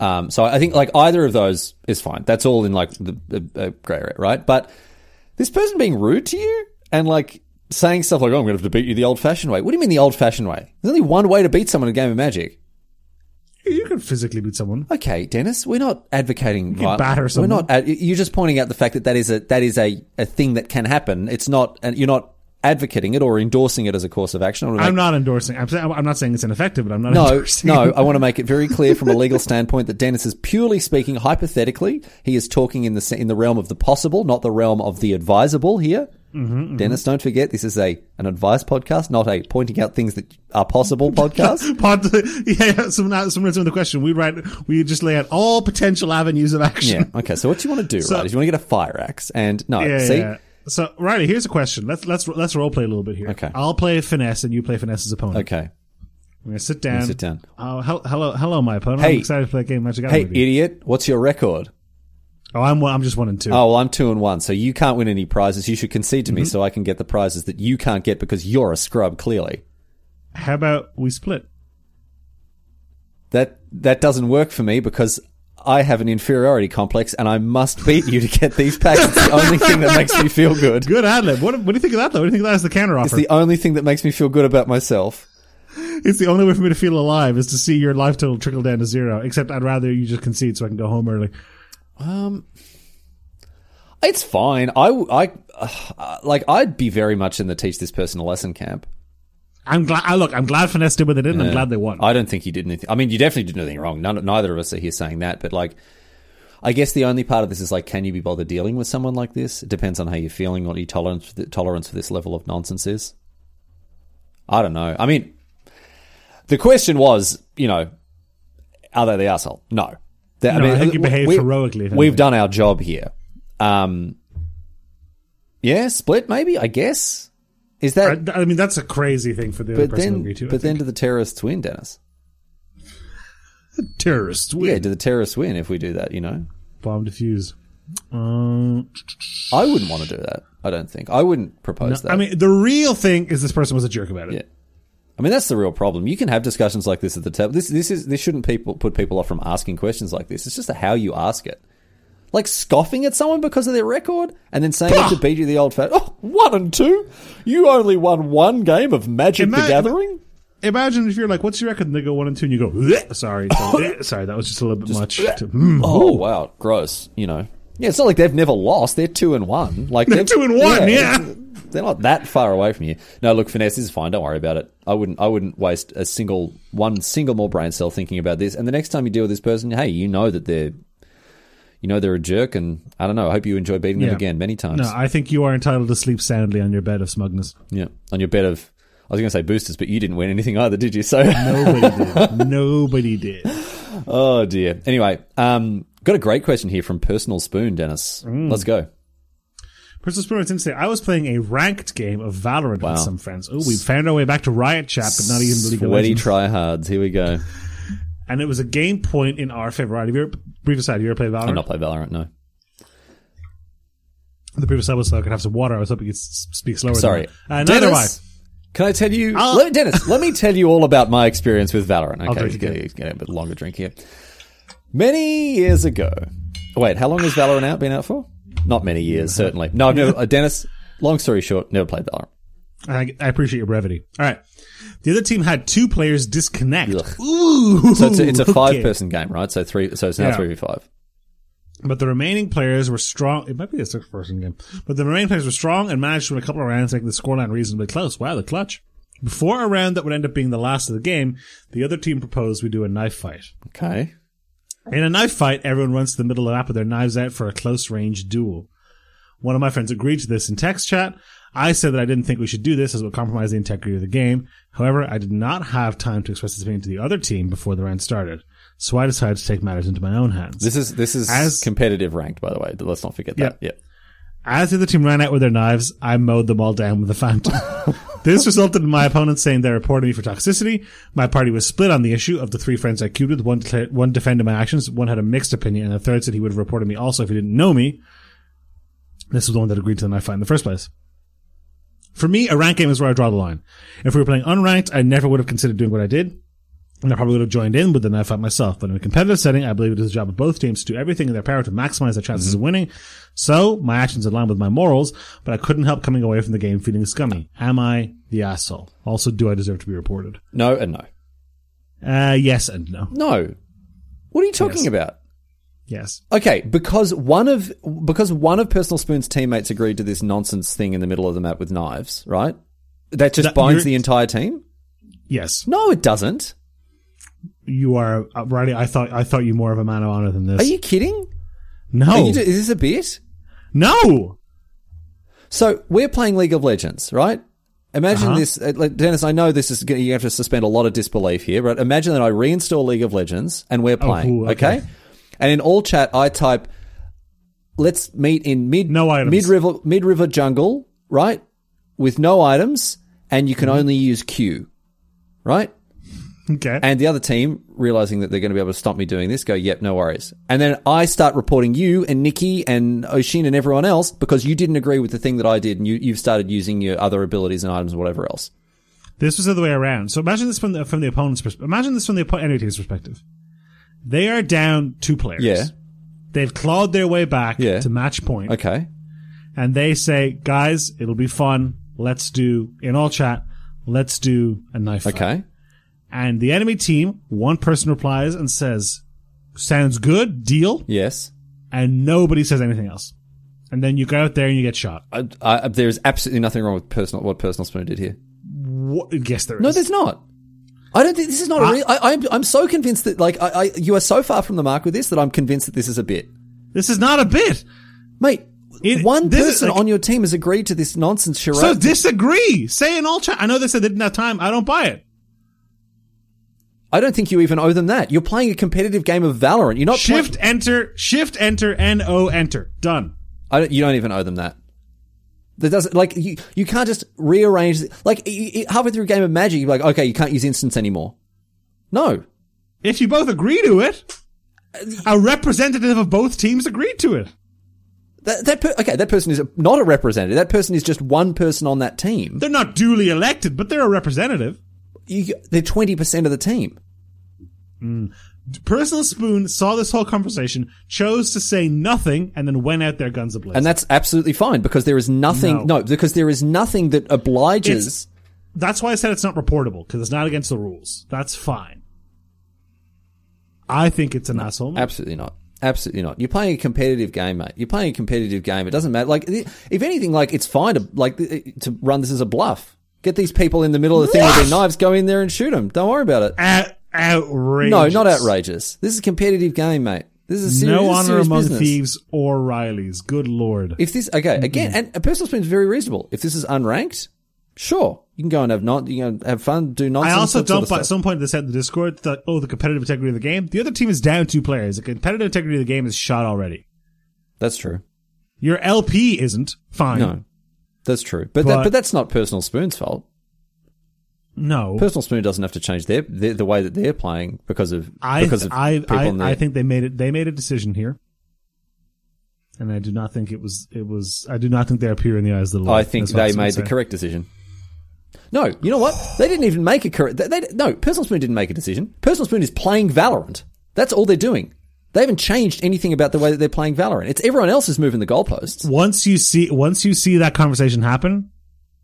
S1: Um, so I think like either of those is fine. That's all in like the, the uh, grey area, right? But this person being rude to you and like saying stuff like, "Oh, I'm going to have to beat you the old-fashioned way." What do you mean the old-fashioned way? There's only one way to beat someone in a game of Magic.
S2: you can physically beat someone.
S1: Okay, Dennis, we're not advocating violence.
S2: batter
S1: We're
S2: someone.
S1: not. Ad- you're just pointing out the fact that that is a that is a, a thing that can happen. It's not, and you're not advocating it or endorsing it as a course of action. I wanna make
S2: I'm not endorsing. I'm, saying, I'm not saying it's ineffective, but I'm not
S1: No,
S2: endorsing.
S1: no, I want to make it very clear from a legal standpoint that Dennis is purely speaking hypothetically. He is talking in the se- in the realm of the possible, not the realm of the advisable here.
S2: Mm-hmm,
S1: Dennis, don't forget this is a an advice podcast, not a pointing out things that are possible podcast.
S2: Pod, yeah, yeah, some some answer to the question. We write, we just lay out all potential avenues of action.
S1: yeah. Okay. So what you want to do, right? Is you want to get a fire axe and no,
S2: Yeah,
S1: see,
S2: yeah. So, Riley, here's a question. Let's let's let's role play a little bit here.
S1: Okay.
S2: I'll play finesse, and you play finesse's opponent.
S1: okay.
S2: I'm gonna sit down.
S1: sit down.
S2: Oh, hel- hello, hello, my opponent.
S1: Hey.
S2: I'm excited for that game. Magic
S1: Hey,
S2: Gathering with you.
S1: idiot! What's your record?
S2: Oh, I'm one, I'm just one and two.
S1: Oh, well, I'm two and one, so you can't win any prizes. You should concede to
S2: Mm-hmm.
S1: me so I can get the prizes that you can't get because you're a scrub. Clearly,
S2: How about we split?
S1: that that doesn't work for me because I have an inferiority complex and I must beat you to get these packs. It's the only thing that makes me feel good.
S2: Good ad lib. What, what do you think of that, though? What do you think of that as the counter
S1: It's
S2: offer?
S1: the only thing that makes me feel good about myself.
S2: It's the only way for me to feel alive is to see your life total trickle down to zero. Except I'd rather you just concede so I can go home early.
S1: It's fine. I, w- I- uh, like, I'd be very much in the teach this person a lesson camp.
S2: I'm glad. I look, I'm glad Finesse did what they did, and I'm glad they won.
S1: I don't think you did anything. I mean, you definitely did nothing wrong. None, neither of us are here saying that, but like, I guess the only part of this is like, can you be bothered dealing with someone like this? It depends on how you're feeling, what your tolerance tolerance for this level of nonsense is. I don't know. I mean, the question was, you know, are they the asshole? No. They-
S2: No, I think you behaved
S1: we-
S2: heroically, if
S1: We've
S2: anything.
S1: done our job here. Um, yeah, split maybe. I guess is that.
S2: I, I mean, that's a crazy thing for the other
S1: but
S2: person to
S1: then,
S2: agree to. I
S1: but then,
S2: think.
S1: do the terrorists win, Dennis?
S2: terrorists, we
S1: Yeah, do the terrorists win if we do that? You know,
S2: bomb defuse.
S1: Uh,
S2: Um,
S1: I wouldn't want to do that. I don't think I wouldn't propose that.
S2: I mean, the real thing is this person was a jerk about it.
S1: Yeah. I mean, that's the real problem. You can have discussions like this at the table. This this is this shouldn't people put people off from asking questions like this. It's just how you ask it. Like scoffing at someone because of their record and then saying to beat you the old fat oh, one and two? You only won one game of Magic
S2: Ima-
S1: the Gathering?
S2: Imagine if you're like, "What's your record?" And they go one and two, and you go, "Bleh." "Sorry, sorry, sorry, that was just a little bit much." To, Mm,
S1: Oh wow, gross, you know. Yeah, it's not like they've never lost. They're two and one. Like
S2: They're two and one, yeah.
S1: it's- They're not that far away from you. No, look, finesse is fine. Don't worry about it. I wouldn't. I wouldn't waste a single one single more brain cell thinking about this. And the next time you deal with this person, hey, you know that they're, you know they're a jerk, and I don't know. I hope you enjoy beating
S2: Yeah.
S1: them again many times.
S2: No, I think you are entitled to sleep soundly on your bed of smugness.
S1: yeah, on your bed of. I was going to say boosters, but you didn't win anything either, did you? So,
S2: Nobody did. Nobody did.
S1: oh dear. Anyway, um, got a great question here from Personal Spoon, Dennis.
S2: Mm.
S1: Let's go.
S2: Personal Spirit didn't say I was playing a ranked game of Valorant with some friends. Oh, we found our way back to Riot Chat, but not even the League of
S1: Sweaty
S2: Legends.
S1: tryhards. Here we go.
S2: and it was a game point in our favor. Right, have you ever, brief aside, have you ever played Valorant?
S1: I'm not play Valorant. Oh, No,
S2: The previous episode, I could have some water. I was hoping you could s- speak slower.
S1: sorry.
S2: Than that. Uh, neither do I.
S1: Dennis, Can I tell you,
S2: I'll-
S1: let, Dennis? let me tell you all about my experience with Valorant. Okay,
S2: drink
S1: get, get a bit longer drink here. Many years ago. Wait, how long has Valorant out been out for? Not many years, certainly. No, I've never. Uh, Dennis. Long story short, never played Valorant.
S2: I, I appreciate your brevity. All right. The other team had two players disconnect.
S1: Ugh.
S2: Ooh.
S1: So it's a, it's a
S2: okay.
S1: five-person game, right? So three. So it's now
S2: Yeah.
S1: three v five.
S2: But the remaining players were strong. It might be a six person game. But the remaining players were strong and managed to win a couple of rounds, making the scoreline reasonably close. Wow, the clutch. Before a round that would end up being the last of the game, the other team proposed we do a knife fight.
S1: Okay.
S2: In a knife fight, everyone runs to the middle of the map with their knives out for a close range duel. One of my friends agreed to this in text chat. I said that I didn't think we should do this as it would compromise the integrity of the game. However, I did not have time to express this opinion to the other team before the round started. So I decided to take matters into my own hands.
S1: This is this is
S2: As-
S1: competitive ranked, by the way. Let's not forget that. Yeah.
S2: As the other team ran out with their knives, I mowed them all down with a fountain. this resulted in my opponent saying they reported me for toxicity. My party was split on the issue of the three friends I queued with. One, declared, one defended my actions, one had a mixed opinion, and the third said he would have reported me also if he didn't know me. This was the one that agreed to the knife fight in the first place. For me, a ranked game is where I draw the line. If we were playing unranked, I never would have considered doing what I did, and I probably would have joined in with the knife fight myself. But in a competitive setting, I believe it is the job of both teams to do everything in their power to maximize their chances of winning. So my actions align with my morals, but I couldn't help coming away from the game feeling scummy. Am I the asshole? Also, do I deserve to be reported?
S1: No and no.
S2: Uh, yes and no.
S1: No. What are you talking
S2: Yes.
S1: about?
S2: Yes.
S1: Okay, because one of because one of Personal Spoon's teammates agreed to this nonsense thing in the middle of the map with knives, right? That just
S2: That-
S1: binds
S2: you're-
S1: the entire team?
S2: Yes.
S1: No, it doesn't.
S2: You are, uh, Riley, I thought, I thought you more of a man of honor than this.
S1: Are you kidding? Are
S2: no.
S1: you, is this a bit?
S2: no!
S1: So we're playing League of Legends, right? Imagine
S2: Uh-huh.
S1: this, uh, like, Dennis. I know this is gonna- you have to suspend a lot of disbelief here, but imagine that I reinstall League of Legends and we're playing,
S2: Oh, cool,
S1: okay.
S2: okay.
S1: And in all chat, I type, "Let's meet in mid
S2: No items.
S1: mid river mid river jungle, right? With no items, and you can
S2: Mm-hmm.
S1: only use Q, right?"
S2: Okay.
S1: And the other team, realizing that they're going to be able to stop me doing this, go, yep, no worries. And then I start reporting you and Nikki and Oshin and everyone else because you didn't agree with the thing that I did and you, you've started using your other abilities and items and whatever else.
S2: This was the other way around. So imagine this from the from the opponent's perspective. Imagine this from the oppo- enemy team's perspective. They are down two players.
S1: Yeah.
S2: They've clawed their way back
S1: Yeah.
S2: to match point.
S1: Okay.
S2: And they say, guys, it'll be fun. Let's do, in all chat, let's do a knife fight.
S1: Okay.
S2: And the enemy team, one person replies and says, sounds good, deal.
S1: Yes.
S2: And nobody says anything else. And then you go out there and you get shot.
S1: I, I, there's absolutely nothing wrong with personal what personal spoon did here.
S2: What? Yes, there is.
S1: No, there's not. I don't think this is not a real. I, I'm, I'm so convinced that like I, I, you are so far from the mark with this that I'm convinced that this is a bit,
S2: this is not a bit.
S1: mate.
S2: It-
S1: one
S2: this is
S1: person
S2: like-
S1: on your team has agreed to this nonsense charade.
S2: So disagree. Say in all chat. I know they said they didn't have time. I don't buy it.
S1: I don't think you even owe them that. You're playing a competitive game of Valorant. You're not playing-
S2: Shift enter. Shift enter. N O enter. Done.
S1: I don't, you don't even owe them that. That doesn't like you. You can't just rearrange. Like you, you- halfway through a game of Magic, you're like, okay, you can't use instants anymore. No,
S2: If you both agree to it, a representative of both teams agreed to it.
S1: that that per- okay. That person is not a representative. That person is just one person on that team.
S2: They're not duly elected, but they're a representative.
S1: You, they're twenty percent of the team.
S2: Personal Spoon saw this whole conversation, chose to say nothing, and then went out there guns ablaze.
S1: And that's absolutely fine because there is nothing. No,
S2: No.
S1: because there is nothing that obliges.
S2: It's- that's why I said it's not reportable because it's not against the rules. That's fine. I think it's an asshole. move.
S1: Absolutely not. Absolutely not. You're playing a competitive game, mate. You're playing a competitive game. It doesn't matter. Like, if anything, like it's fine to like to run this as a bluff. Get these people in the middle of the thing with their knives. Go in there and shoot them. Don't worry about it.
S2: Out- outrageous.
S1: No, not outrageous. This is a competitive game, mate. This is serious,
S2: No
S1: this is
S2: honor
S1: serious
S2: among
S1: business.
S2: thieves Mm-hmm. or Rileys. Good lord.
S1: If this okay again, and a personal spin is very reasonable. If this is unranked, sure you can go and have not you can have fun, do
S2: I
S1: nonsense.
S2: also
S1: that sort
S2: don't.
S1: of
S2: By, at
S1: stuff.
S2: some point, they said in the Discord that oh, the competitive integrity of the game. The other team is down two players. The competitive integrity of the game is shot already.
S1: That's true.
S2: Your LP isn't fine.
S1: No, that's true. But
S2: But-
S1: that, but that's not personal spoon's fault.
S2: no.
S1: Personal Spoon doesn't have to change their, their the way that they're playing because of
S2: I,
S1: because of
S2: I,
S1: people
S2: I,
S1: in there.
S2: I think they made it. They made a decision here, and I do not think it was. It was. I do not think they are pure in the eyes of the law.
S1: Oh, I think
S2: That's what I
S1: they
S2: was gonna
S1: made
S2: say.
S1: the correct decision. No, you know what? They didn't even make a correct. They, they- no, Personal Spoon didn't make a decision. Personal Spoon is playing Valorant. That's all they're doing. They haven't changed anything about the way that they're playing Valorant. It's everyone else is moving the goalposts.
S2: Once you see, once you see that conversation happen,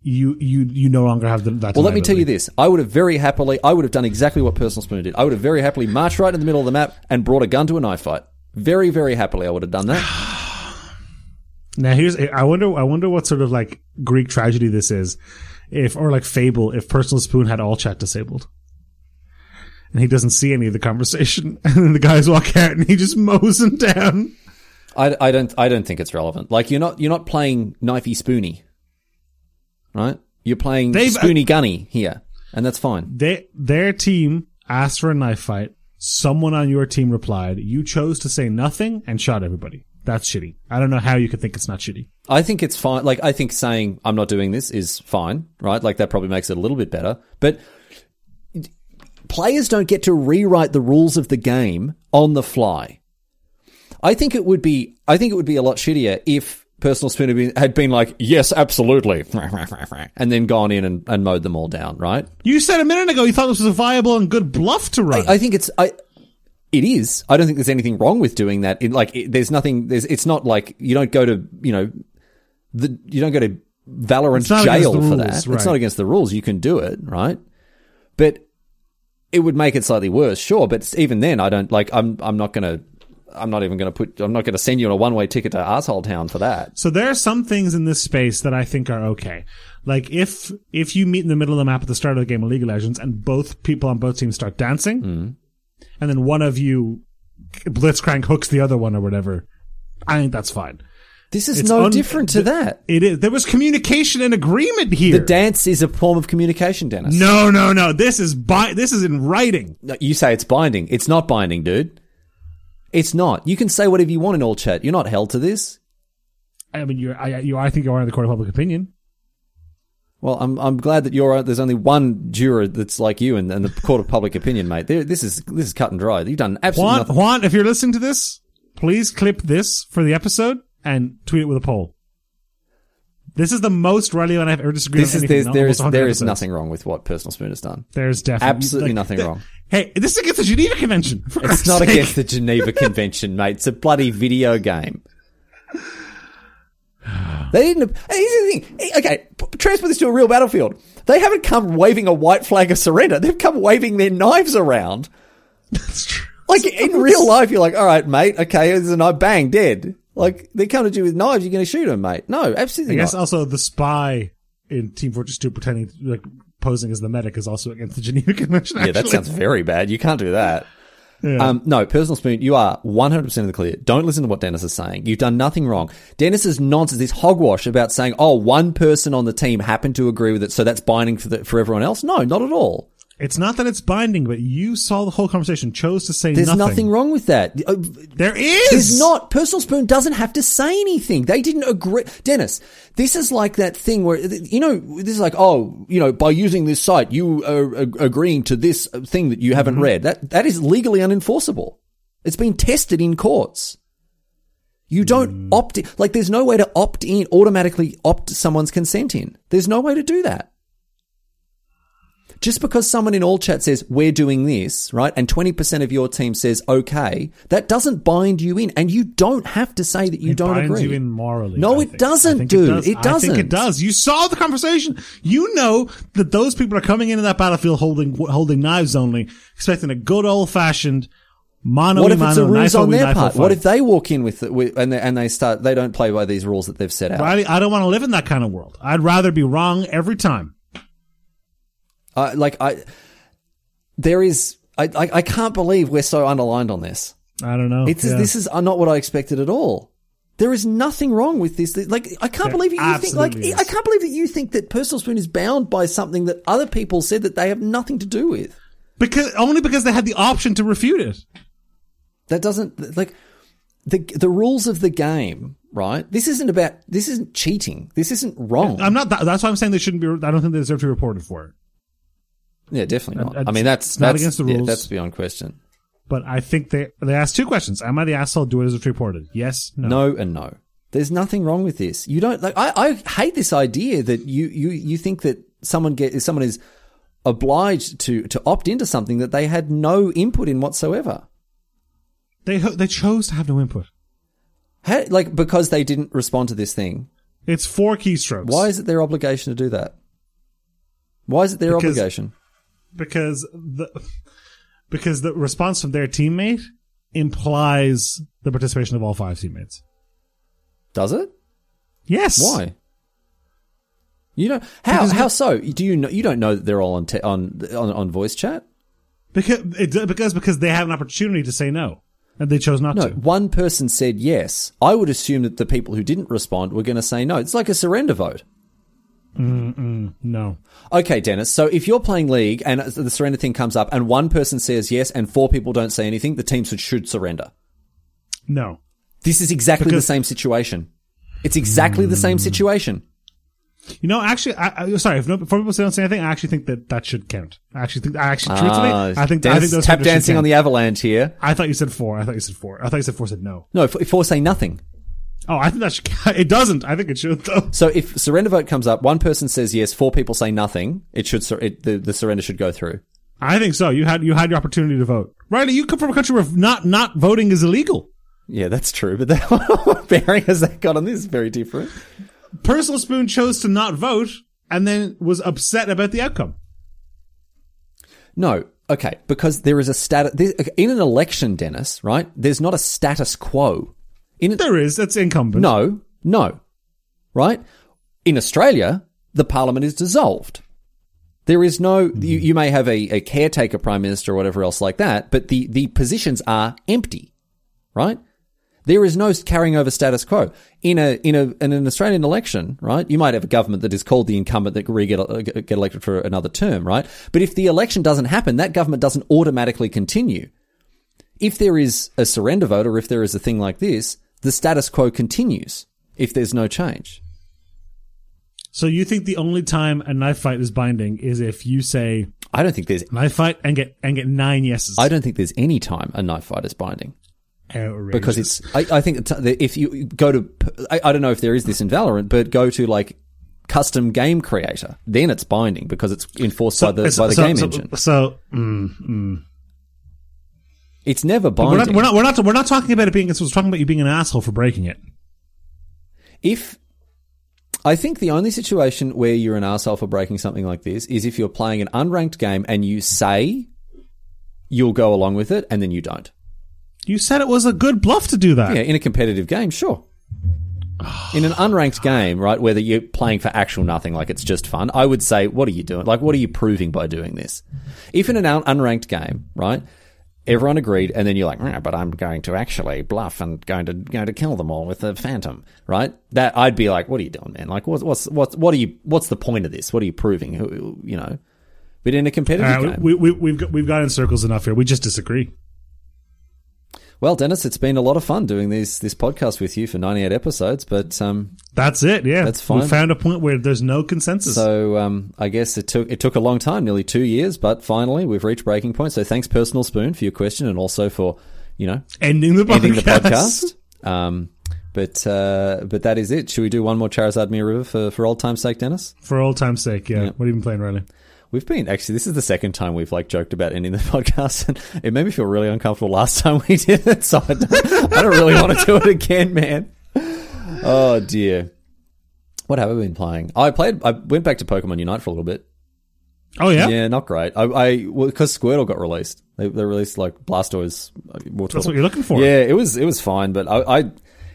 S2: you you you no longer have the, that.
S1: Well, let me tell you this. I would have very happily, I would have done exactly what Personal Spoon did. I would have very happily marched right in the middle of the map and brought a gun to a knife fight. Very, very happily, I would have done that.
S2: Now here's I wonder I wonder what sort of like Greek tragedy this is, if or like fable if personal spoon had all chat disabled, and he doesn't see any of the conversation, and then the guys walk out and he just mows them down.
S1: I, I don't, I don't think it's relevant. Like you're not, you're not playing knifey spoony, right? You're playing
S2: They've-
S1: spoony gunny here, and that's fine.
S2: They their team asked for a knife fight. Someone on your team replied. You chose to say nothing and shot everybody. That's shitty. I don't know how you could think it's not shitty.
S1: I think it's fine. Like I think saying I'm not doing this is fine, right? Like that probably makes it a little bit better. But players don't get to rewrite the rules of the game on the fly. I think it would be I think it would be a lot shittier if personal spin had been, had been like yes absolutely and then gone in and, and mowed them all down right
S2: You said a minute ago you thought this was a viable and good bluff to run.
S1: I think it's I. It is. I don't think there's anything wrong with doing that. It, like, it, there's nothing. There's. It's not like you don't go to you know, the you don't go to Valorant
S2: not against
S1: jail
S2: the
S1: for
S2: rules,
S1: that. It's
S2: right.
S1: not against the rules. You can do it, right? But it would make it slightly worse, sure. But even then, I don't like. I'm. I'm not gonna. I'm not even gonna put. I'm not gonna send you on a one way ticket to asshole town for that.
S2: So there are some things in this space that I think are okay. Like if if you meet in the middle of the map at the start of the game of League of Legends and both people on both teams start dancing,
S1: Hmm.
S2: and then one of you blitzcrank hooks the other one or whatever, I think that's fine.
S1: This is
S2: It's
S1: no
S2: un-
S1: different to that.
S2: It is there was communication and agreement here.
S1: The dance is a form of communication, Dennis.
S2: no, no, no. This is by this is in writing.
S1: No, you say it's binding. It's not binding, dude. It's not. You can say whatever you want in all chat. You're not held to this.
S2: I mean, you're I, you I think you are in the court of public opinion.
S1: Well, I'm I'm glad that you're there's only one juror that's like you and, and the court of public opinion, mate. There, this is this is cut and dry. You've done absolutely
S2: Juan,
S1: nothing.
S2: Juan, if you're listening to this, please clip this for the episode and tweet it with a poll. This is the most Riley and I have ever disagreed
S1: This
S2: on
S1: is
S2: anything.
S1: there's,
S2: in
S1: there is
S2: almost 100
S1: there is
S2: episodes.
S1: nothing wrong with what Personal Spoon has done.
S2: There's definitely
S1: absolutely nothing wrong.
S2: Hey, this is against the Geneva Convention. for
S1: It's
S2: Christ's
S1: not
S2: sake.
S1: against the Geneva Convention, mate. It's a bloody video game. They didn't. Here's the thing. Okay, p- transfer this to a real battlefield. They haven't come waving a white flag of surrender. They've come waving their knives around.
S2: That's true.
S1: Like in real life, you're like, all right, mate. Okay, there's a knife. Bang, dead. Like they come at you with knives, you're going to shoot them, mate. No, absolutely
S2: I guess
S1: not.
S2: also the spy in Team Fortress 2 pretending like posing as the medic is also against the Geneva Convention.
S1: Yeah, that
S2: actually.
S1: sounds very bad. You can't do that. Um, no, personal spoon. You are one hundred percent in the clear. Don't listen to what Dennis is saying. You've done nothing wrong. Dennis's nonsense, this hogwash about saying, "Oh, one person on the team happened to agree with it, so that's binding for the, for everyone else." No, not at all.
S2: It's not that it's binding, but you saw the whole conversation, chose to say
S1: There's
S2: nothing.
S1: nothing, wrong with that. Uh,
S2: There is.
S1: There's not. Personal Spoon doesn't have to say anything. They didn't agree. Dennis, this is like that thing where, you know, this is like, oh, you know, by using this site, you are ag- agreeing to this thing that you haven't read. That That is legally unenforceable. It's been tested in courts. You don't opt in. Like, there's no way to opt in, automatically opt someone's consent in. There's no way to do that. Just because someone in all chat says, we're doing this, right? And 20% of your team says, okay, that doesn't bind you in. And you don't have to say that you
S2: It
S1: don't
S2: binds
S1: agree.
S2: you in morally.
S1: No,
S2: I
S1: it
S2: think.
S1: doesn't,
S2: I think
S1: dude.
S2: does.
S1: It
S2: I think
S1: doesn't.
S2: it does. You saw the conversation. You know that those people are coming into that battlefield holding holding knives only, expecting a good old fashioned mono
S1: what if it's
S2: mano
S1: a ruse
S2: knife
S1: on their
S2: knife
S1: part?
S2: fight.
S1: What if they walk in with, with and, they, and they start, they don't play by these rules that they've set out?
S2: Riley, I don't want to live in that kind of world. I'd rather be wrong every time.
S1: I like, I, there is, I, I, I can't believe we're so underlined on this.
S2: I don't know.
S1: It's
S2: Yeah.
S1: this is not what I expected at all. There is nothing wrong with this. Like I can't believe you think like
S2: absolutely
S1: I
S2: is.
S1: can't believe that you think that personal spoon is bound by something that other people said that they have nothing to do with.
S2: because only because they had the option to refute it.
S1: That doesn't like the the rules of the game, right? This isn't about this isn't cheating. This isn't wrong.
S2: I'm not. That, that's why I'm saying they shouldn't be. I don't think they deserve to be reported for it.
S1: yeah, definitely not.
S2: It's-
S1: I mean, that's
S2: it's not
S1: that's-
S2: against the
S1: yeah,
S2: rules.
S1: that's beyond question.
S2: But I think they they asked two questions. Am I the asshole? Do I deserve to be reported? Yes. No.
S1: No and no. There's nothing wrong with this. You don't like. I, I hate this idea that you you you think that someone get someone is obliged to to opt into something that they had no input in whatsoever.
S2: They ho- they chose to have no input.
S1: How, like because they didn't respond to this thing.
S2: It's four keystrokes.
S1: Why is it their obligation to do that? Why is it their
S2: Because-
S1: obligation?
S2: Because the because the response from their teammate implies the participation of all five teammates.
S1: Does it?
S2: Yes.
S1: Why? You know how how so? Do you know you don't know that they're all on te- on, on on voice chat?
S2: Because it, because because they have an opportunity to say no, and they chose not
S1: No,
S2: to.
S1: one person said yes. I would assume that the people who didn't respond were going to say no. It's like a surrender vote.
S2: No.
S1: Okay, Dennis. So if you're playing league and the surrender thing comes up, and one person says yes, and four people don't say anything, the team should, should surrender.
S2: No.
S1: This is exactly
S2: Because- Hmm.
S1: the same situation. It's exactly the same situation.
S2: You know, actually, I, I, sorry. If no, before people say don't say anything, I actually think that that should count. I actually think. I actually, truthfully,
S1: Ah,
S2: I think.
S1: Dennis
S2: I think those
S1: tap
S2: figures should
S1: dancing on
S2: count.
S1: the avalanche here.
S2: I thought you said four. I thought you said four. I thought you said four. Said no.
S1: No, if, if four say nothing.
S2: Oh, I think that should. count. It doesn't. I think it should though.
S1: So if surrender vote comes up, one person says yes, four people say nothing. It should sur- it, the, the surrender should go through.
S2: I think so. You had you had your opportunity to vote. Riley, you come from a country where not not voting is illegal.
S1: Yeah, that's true. But that, what bearing has that got on this? is Very different.
S2: Personal Spoon chose to not vote and then was upset about the outcome.
S1: No. Okay, because there is a status in an election, Dennis. Right? There's not a status quo. In
S2: There is. That's incumbent.
S1: no, no, right? In Australia, the parliament is dissolved. There is no. You, you may have a, a caretaker prime minister or whatever else like that, but the the positions are empty, right? There is no carrying over status quo in a in a in an Australian election, right? You might have a government that is called the incumbent that re get, get elected for another term, right? But if the election doesn't happen, that government doesn't automatically continue. If there is a surrender vote or if there is a thing like this, the status quo continues if there's no change.
S2: So you think the only time a knife fight is binding is if you say
S1: I don't think there's
S2: knife fight and get and get nine yeses.
S1: I don't think there's any time a knife fight is binding.
S2: outrageous.
S1: because it's I, I think that if you go to I, I don't know if there is this in Valorant, but go to like custom game creator, then it's binding because it's enforced by the by the
S2: so,
S1: game
S2: so,
S1: engine.
S2: So mm,
S1: It's never
S2: we're not
S1: binding.
S2: we're not we're not we're not talking about it being. We're talking about you being an asshole for breaking it.
S1: if I think the only situation where you're an arsehole for breaking something like this is if you're playing an unranked game and you say you'll go along with it and then you don't.
S2: You said it was a good bluff to do that.
S1: Yeah, in a competitive game, sure. In an unranked game, right, whether you're playing for actual nothing, like it's just fun, I would say, what are you doing? Like, what are you proving by doing this? If in an un- unranked game, right, everyone agreed, and then you're like, "Mm, but I'm going to actually bluff and going to going to kill them all with the phantom, right? That I'd be like, what are you doing, man? Like, what's what's what's what are you? What's the point of this? What are you proving? Who, you know? But in a competitive
S2: All
S1: game,
S2: right, Uh, we, we, we've got, we've got in circles enough here. We just disagree.
S1: well, Dennis, it's been a lot of fun doing these this podcast with you for 98 episodes, but um,
S2: That's it. Yeah,
S1: That's fine.
S2: We found a point where there's no consensus.
S1: So um, I guess it took it took a long time, nearly two years, but finally we've reached breaking point. So thanks, personal spoon, for your question and also for you know
S2: ending the podcast.
S1: ending the podcast. Um, but uh, but that is it. Should we do one more Charizard Mere River for for old time's sake, Dennis?
S2: for old time's sake. Yeah. What have you been playing, Riley?
S1: We've been actually this is the second time we've like joked about ending the podcast, and it made me feel really uncomfortable last time we did it. So I don't, I don't really want to do it again, man. Oh dear. What have I been playing? I played. I went back to Pokemon Unite for a little bit.
S2: Oh yeah,
S1: Yeah, not great. I, I well, because Squirtle got released. They, they released like Blastoise. uh, Wartortle.
S2: that's what you're looking for.
S1: yeah, it was it was fine, but I, I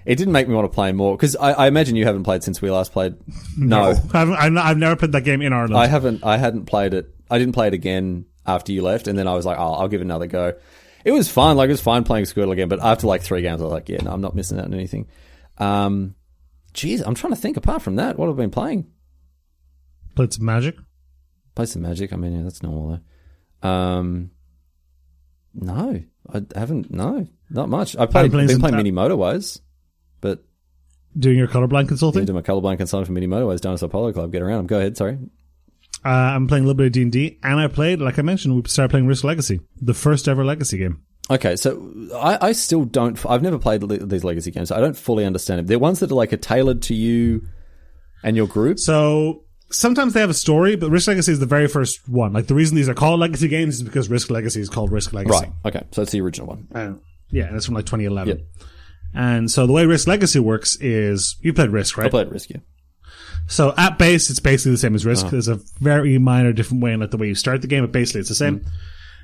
S1: it didn't make me want to play more because I, I imagine you haven't played since we last played. No,
S2: Oh. I haven't- I've, not- I've never played that game in Ireland.
S1: I haven't. I hadn't played it. I didn't play it again after you left, and then I was like, oh, I'll give it another go. It was fun. Like it was fine playing Squirtle again, but after like three games, I was like, yeah, no, I'm not missing out on anything. Um, jeez, I'm trying to think. Apart from that, what have I been playing?
S2: played some Magic.
S1: Play some magic. I mean, yeah, that's normal though. Um, no, I haven't. No, not much. I played.
S2: I'm playing
S1: been
S2: some
S1: playing
S2: ta-
S1: mini motorways, but
S2: Doing your colorblind
S1: I
S2: consulting.
S1: do my colorblind consultant for mini motorways. Dinosaur Polo Club. Get around. 'em. Go ahead. Sorry.
S2: Uh, I'm playing a little bit of D and D, and I played, like I mentioned, we started playing Risk Legacy, the first ever Legacy game.
S1: Okay, so I, I still don't. I've never played le- these legacy games. I don't fully understand them. They're ones that are like are tailored to you and your group.
S2: So sometimes they have a story, but Risk Legacy is the very first one. Like the reason these are called Legacy games is because Risk Legacy is called Risk Legacy.
S1: Right. Okay. So it's the original one.
S2: Uh, yeah, that's from like 2011.
S1: Yeah.
S2: And so the way Risk Legacy works is you played Risk,
S1: I
S2: right?
S1: played Risk. Yeah.
S2: So at base, it's basically the same as
S1: Uh-huh.
S2: Risk. There's a very minor different way in like the way you start the game, but basically it's the same.
S1: Mm-hmm.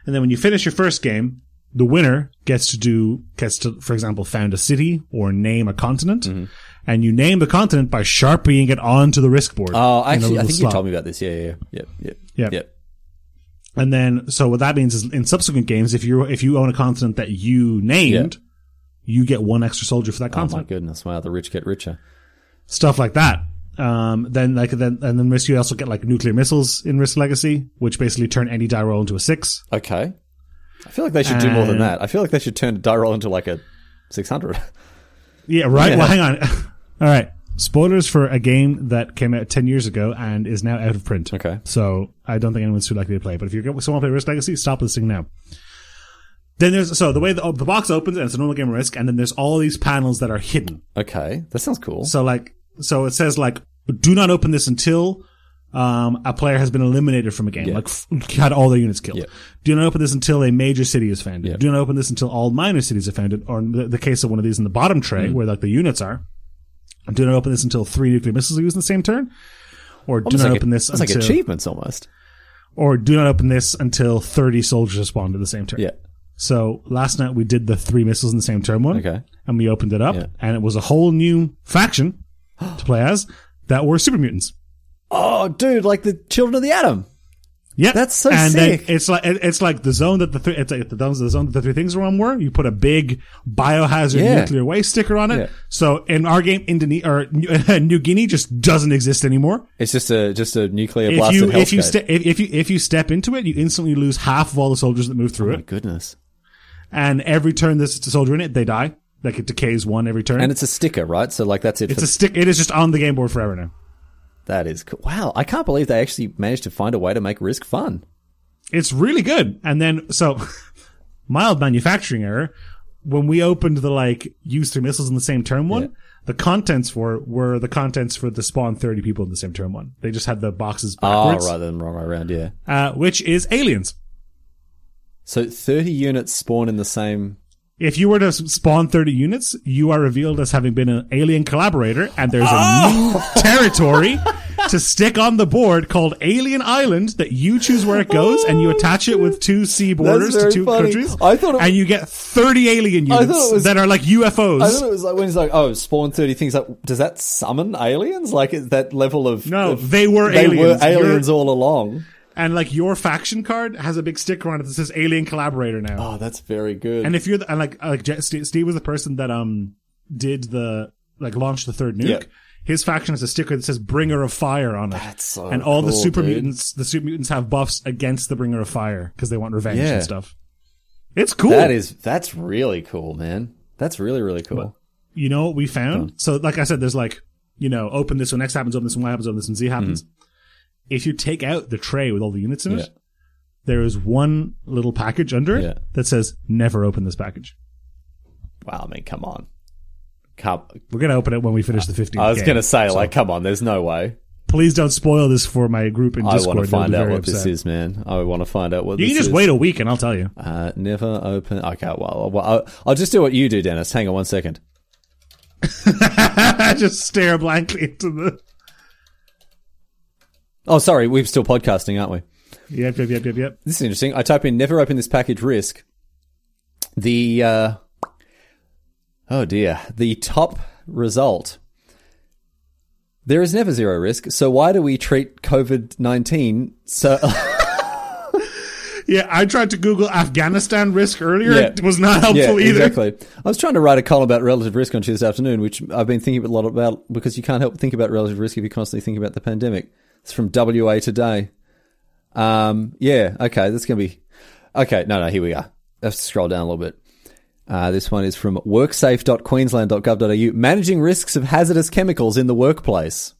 S2: And then when you finish your first game, the winner gets to do gets to, for example, found a city or name a continent,
S1: Mm-hmm.
S2: and you name the continent by sharpieing it onto the Risk board.
S1: Oh,
S2: in a
S1: actually, I
S2: little
S1: think
S2: slot.
S1: you told me about this. Yeah. Yeah. Yeah. Yeah.
S2: Yeah.
S1: Yeah.
S2: And then, so what that means is, in subsequent games, if you if you own a continent that you named, you get one extra soldier for that
S1: Oh my
S2: continent.
S1: goodness! Wow, the rich get richer.
S2: Stuff like that. Um, then like then and then Risk you also get like nuclear missiles in Risk Legacy, which basically turn any die roll into a six.
S1: Okay. I feel like they should do more than
S2: And-
S1: that. I feel like they should turn die roll into like a 600.
S2: Yeah, right. Well, hang on. All right. Spoilers for a game that came out ten years ago and is now out of print.
S1: Okay.
S2: So I don't think anyone's too likely to play. But if you're someone play Risk Legacy, stop listening now. Then there's so the way the, the box opens and it's a normal game of Risk, and then there's all these panels that are hidden.
S1: Okay. That sounds cool.
S2: So like, so it says like, do not open this until um, a player has been eliminated from a game, like f- had all their units killed.
S1: Yeah.
S2: Do not open this until a major city is founded.
S1: Yeah.
S2: Do not open this until all minor cities are founded. Or in the, the case of one of these in the bottom tray,
S1: Mm-hmm.
S2: where like the units are, do not open this until three nuclear missiles are used in the same turn. Or do
S1: It's
S2: not
S1: like
S2: open
S1: a-
S2: this
S1: It's
S2: until,
S1: like achievements almost.
S2: or do not open this until thirty soldiers respond at the same turn.
S1: Yeah.
S2: So last night we did the three missiles in the same turn one.
S1: Okay.
S2: And we opened it up,
S1: Yeah.
S2: and it was a whole new faction to play as that were super mutants.
S1: Oh, dude, like the children of the atom.
S2: Yeah,
S1: That's so
S2: and then
S1: sick.
S2: it's like it- it's like the zone that the three, it's like the zones the zone that the three things were on were. You put a big biohazard
S1: Yeah.
S2: nuclear waste sticker on it.
S1: Yeah.
S2: So in our game, Indonesia or New Guinea just doesn't exist anymore.
S1: It's just a just a nuclear
S2: If
S1: blast.
S2: you if you, ste- if, if you if you step into it, you instantly lose half of all the soldiers that move through
S1: my
S2: it.
S1: Oh, goodness.
S2: And every turn there's a soldier in it, they die. Like it decays one every turn.
S1: And it's a sticker, right? So like that's it.
S2: It's
S1: for,
S2: a stick. It is just on the game board forever now.
S1: that is cool. Wow, I can't believe they actually managed to find a way to make Risk fun.
S2: It's really good. And then so mild manufacturing error. when we opened the like use three missiles in the same turn one,
S1: Yeah.
S2: the contents for were the contents for the spawn thirty people in the same turn one. They just had the boxes
S1: Oh,
S2: backwards,
S1: rather than wrong way around, yeah.
S2: uh, which is aliens.
S1: So 30 units spawn in the same.
S2: If you were to s- spawn 30 units, you are revealed as having been an alien collaborator, and there's a
S1: Oh!
S2: new territory to stick on the board called Alien Island that you choose where it goes, and you attach it with two sea borders to
S1: very
S2: two
S1: funny.
S2: countries.
S1: I thought it-
S2: and you get 30 alien
S1: I thought
S2: units
S1: it was-
S2: that are like
S1: I thought
S2: UFOs.
S1: it was like when he's like, oh, spawn 30 things. Like, does that summon aliens? Like, is that level of.
S2: No,
S1: of-
S2: they were
S1: they
S2: aliens.
S1: were aliens
S2: You're-
S1: all along.
S2: And like your faction card has a big sticker on it that says Alien Collaborator now.
S1: Oh, that's very good.
S2: And if you're the, and like uh, like Je- Steve, Steve was the person that um did the like launched the third nuke.
S1: Yeah.
S2: His faction has a sticker that says "Bringer of Fire" on it.
S1: That's so
S2: and all the
S1: cool,
S2: super
S1: dude.
S2: mutants, the super mutants have buffs against the Bringer of Fire because they want revenge
S1: Yeah.
S2: and stuff. It's cool.
S1: that is, that's really cool, man. That's really, really cool.
S2: you know what we found? So, like I said, there's like, you know, open this one, X happens, open this one, Y happens, open this one, Z happens. If you take out the tray with all the units in
S1: Mm. Yeah.
S2: it, there is one little package under it
S1: Yeah.
S2: that says, never open this package.
S1: Wow, I mean, come on. Come,
S2: We're going to open it when we finish the 15th
S1: I was
S2: game.
S1: going to say, like, come on, there's no way.
S2: Please don't spoil this for my group in
S1: I
S2: Discord.
S1: want to
S2: They'll
S1: find
S2: be
S1: out
S2: very
S1: what this
S2: upset.
S1: is, man. I want to find out what
S2: You
S1: this
S2: can just
S1: is.
S2: wait a week and I'll tell you.
S1: Uh, never open. Okay, well, well I'll, I'll just do what you do, Dennis. Hang on one second.
S2: just stare blankly into the.
S1: Oh, sorry, we're still podcasting, aren't we?
S2: Yep, yep, yep, yep, yep.
S1: This is interesting. I type in never open this package risk. The uh, oh dear, the top result. There is never zero risk, so why do we treat COVID nineteen so?
S2: Yeah, I tried to Google Afghanistan risk earlier.
S1: Yeah.
S2: It was not helpful
S1: yeah,
S2: either.
S1: exactly. I was trying to write a column about relative risk on Tuesday afternoon, which I've been thinking a lot about because you can't help but think about relative risk if you're constantly thinking about the pandemic. It's from WA Today. Um, yeah, okay, that's going to be. Okay, no, no, here we are. Let's scroll down a little bit. Uh, this one is from worksafe.queensland.gov.au. Managing risks of hazardous chemicals in the workplace.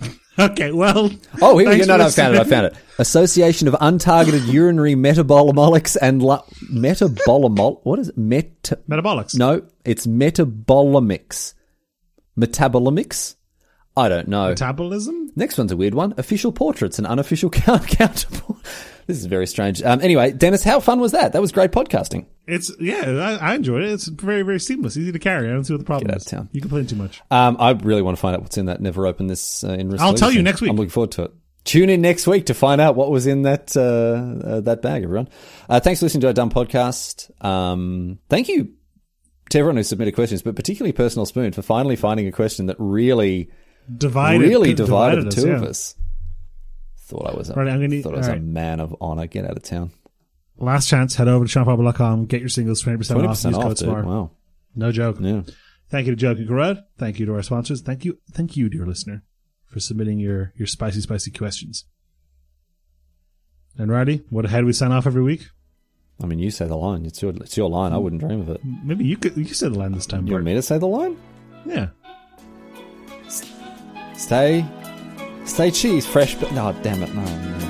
S2: Okay, well.
S1: Oh, here we go.
S2: thanks
S1: No,
S2: for
S1: no, I found it. I
S2: listening.
S1: found it. Association of untargeted urinary metabolomolics and lu- metabolomol. What is it? Meta-
S2: Metabolics.
S1: no, it's metabolomics. Metabolomics? I don't know.
S2: Metabolism?
S1: Next one's a weird one. Official portraits and unofficial count- counterport. This is very strange. Um, anyway, Dennis, how fun was that? That was great podcasting.
S2: It's, yeah, I, I enjoyed it. It's very, very seamless, easy to carry. I don't see what the problem
S1: Get out
S2: is.
S1: of town.
S2: You complain too much.
S1: Um, I really want to find out what's in that. Never open this uh, in. risk
S2: I'll tell you
S1: thing.
S2: next week.
S1: I'm looking forward to it. Tune in next week to find out what was in that uh, uh, that bag, everyone. Uh, thanks for listening to our dumb podcast. Um, thank you to everyone who submitted questions, but particularly Personal Spoon for finally finding a question that really
S2: Divided.
S1: really
S2: could-
S1: divided, the two
S2: yeah.
S1: of us. Thought I was a,
S2: Right, I'm gonna-
S1: thought I was
S2: all
S1: a
S2: right.
S1: man of honor. Get out of town.
S2: Last chance, head over to seanpapa.com, get your singles 20%
S1: Twenty
S2: off, use
S1: percent
S2: code
S1: off, dude.
S2: SMART.
S1: Wow.
S2: No joke.
S1: Yeah.
S2: Thank you to Joe Garud. Thank you to our sponsors. Thank you, thank you, dear listener, for submitting your, your spicy, spicy questions. And Roddy, what head we sign off every week?
S1: I mean, you say the line. It's your it's your line. I wouldn't dream of it.
S2: Maybe you could you said the line this time,
S1: You want me
S2: Bart.
S1: to say the line?
S2: Yeah.
S1: Stay, stay cheese, fresh. But no, damn it, no. no.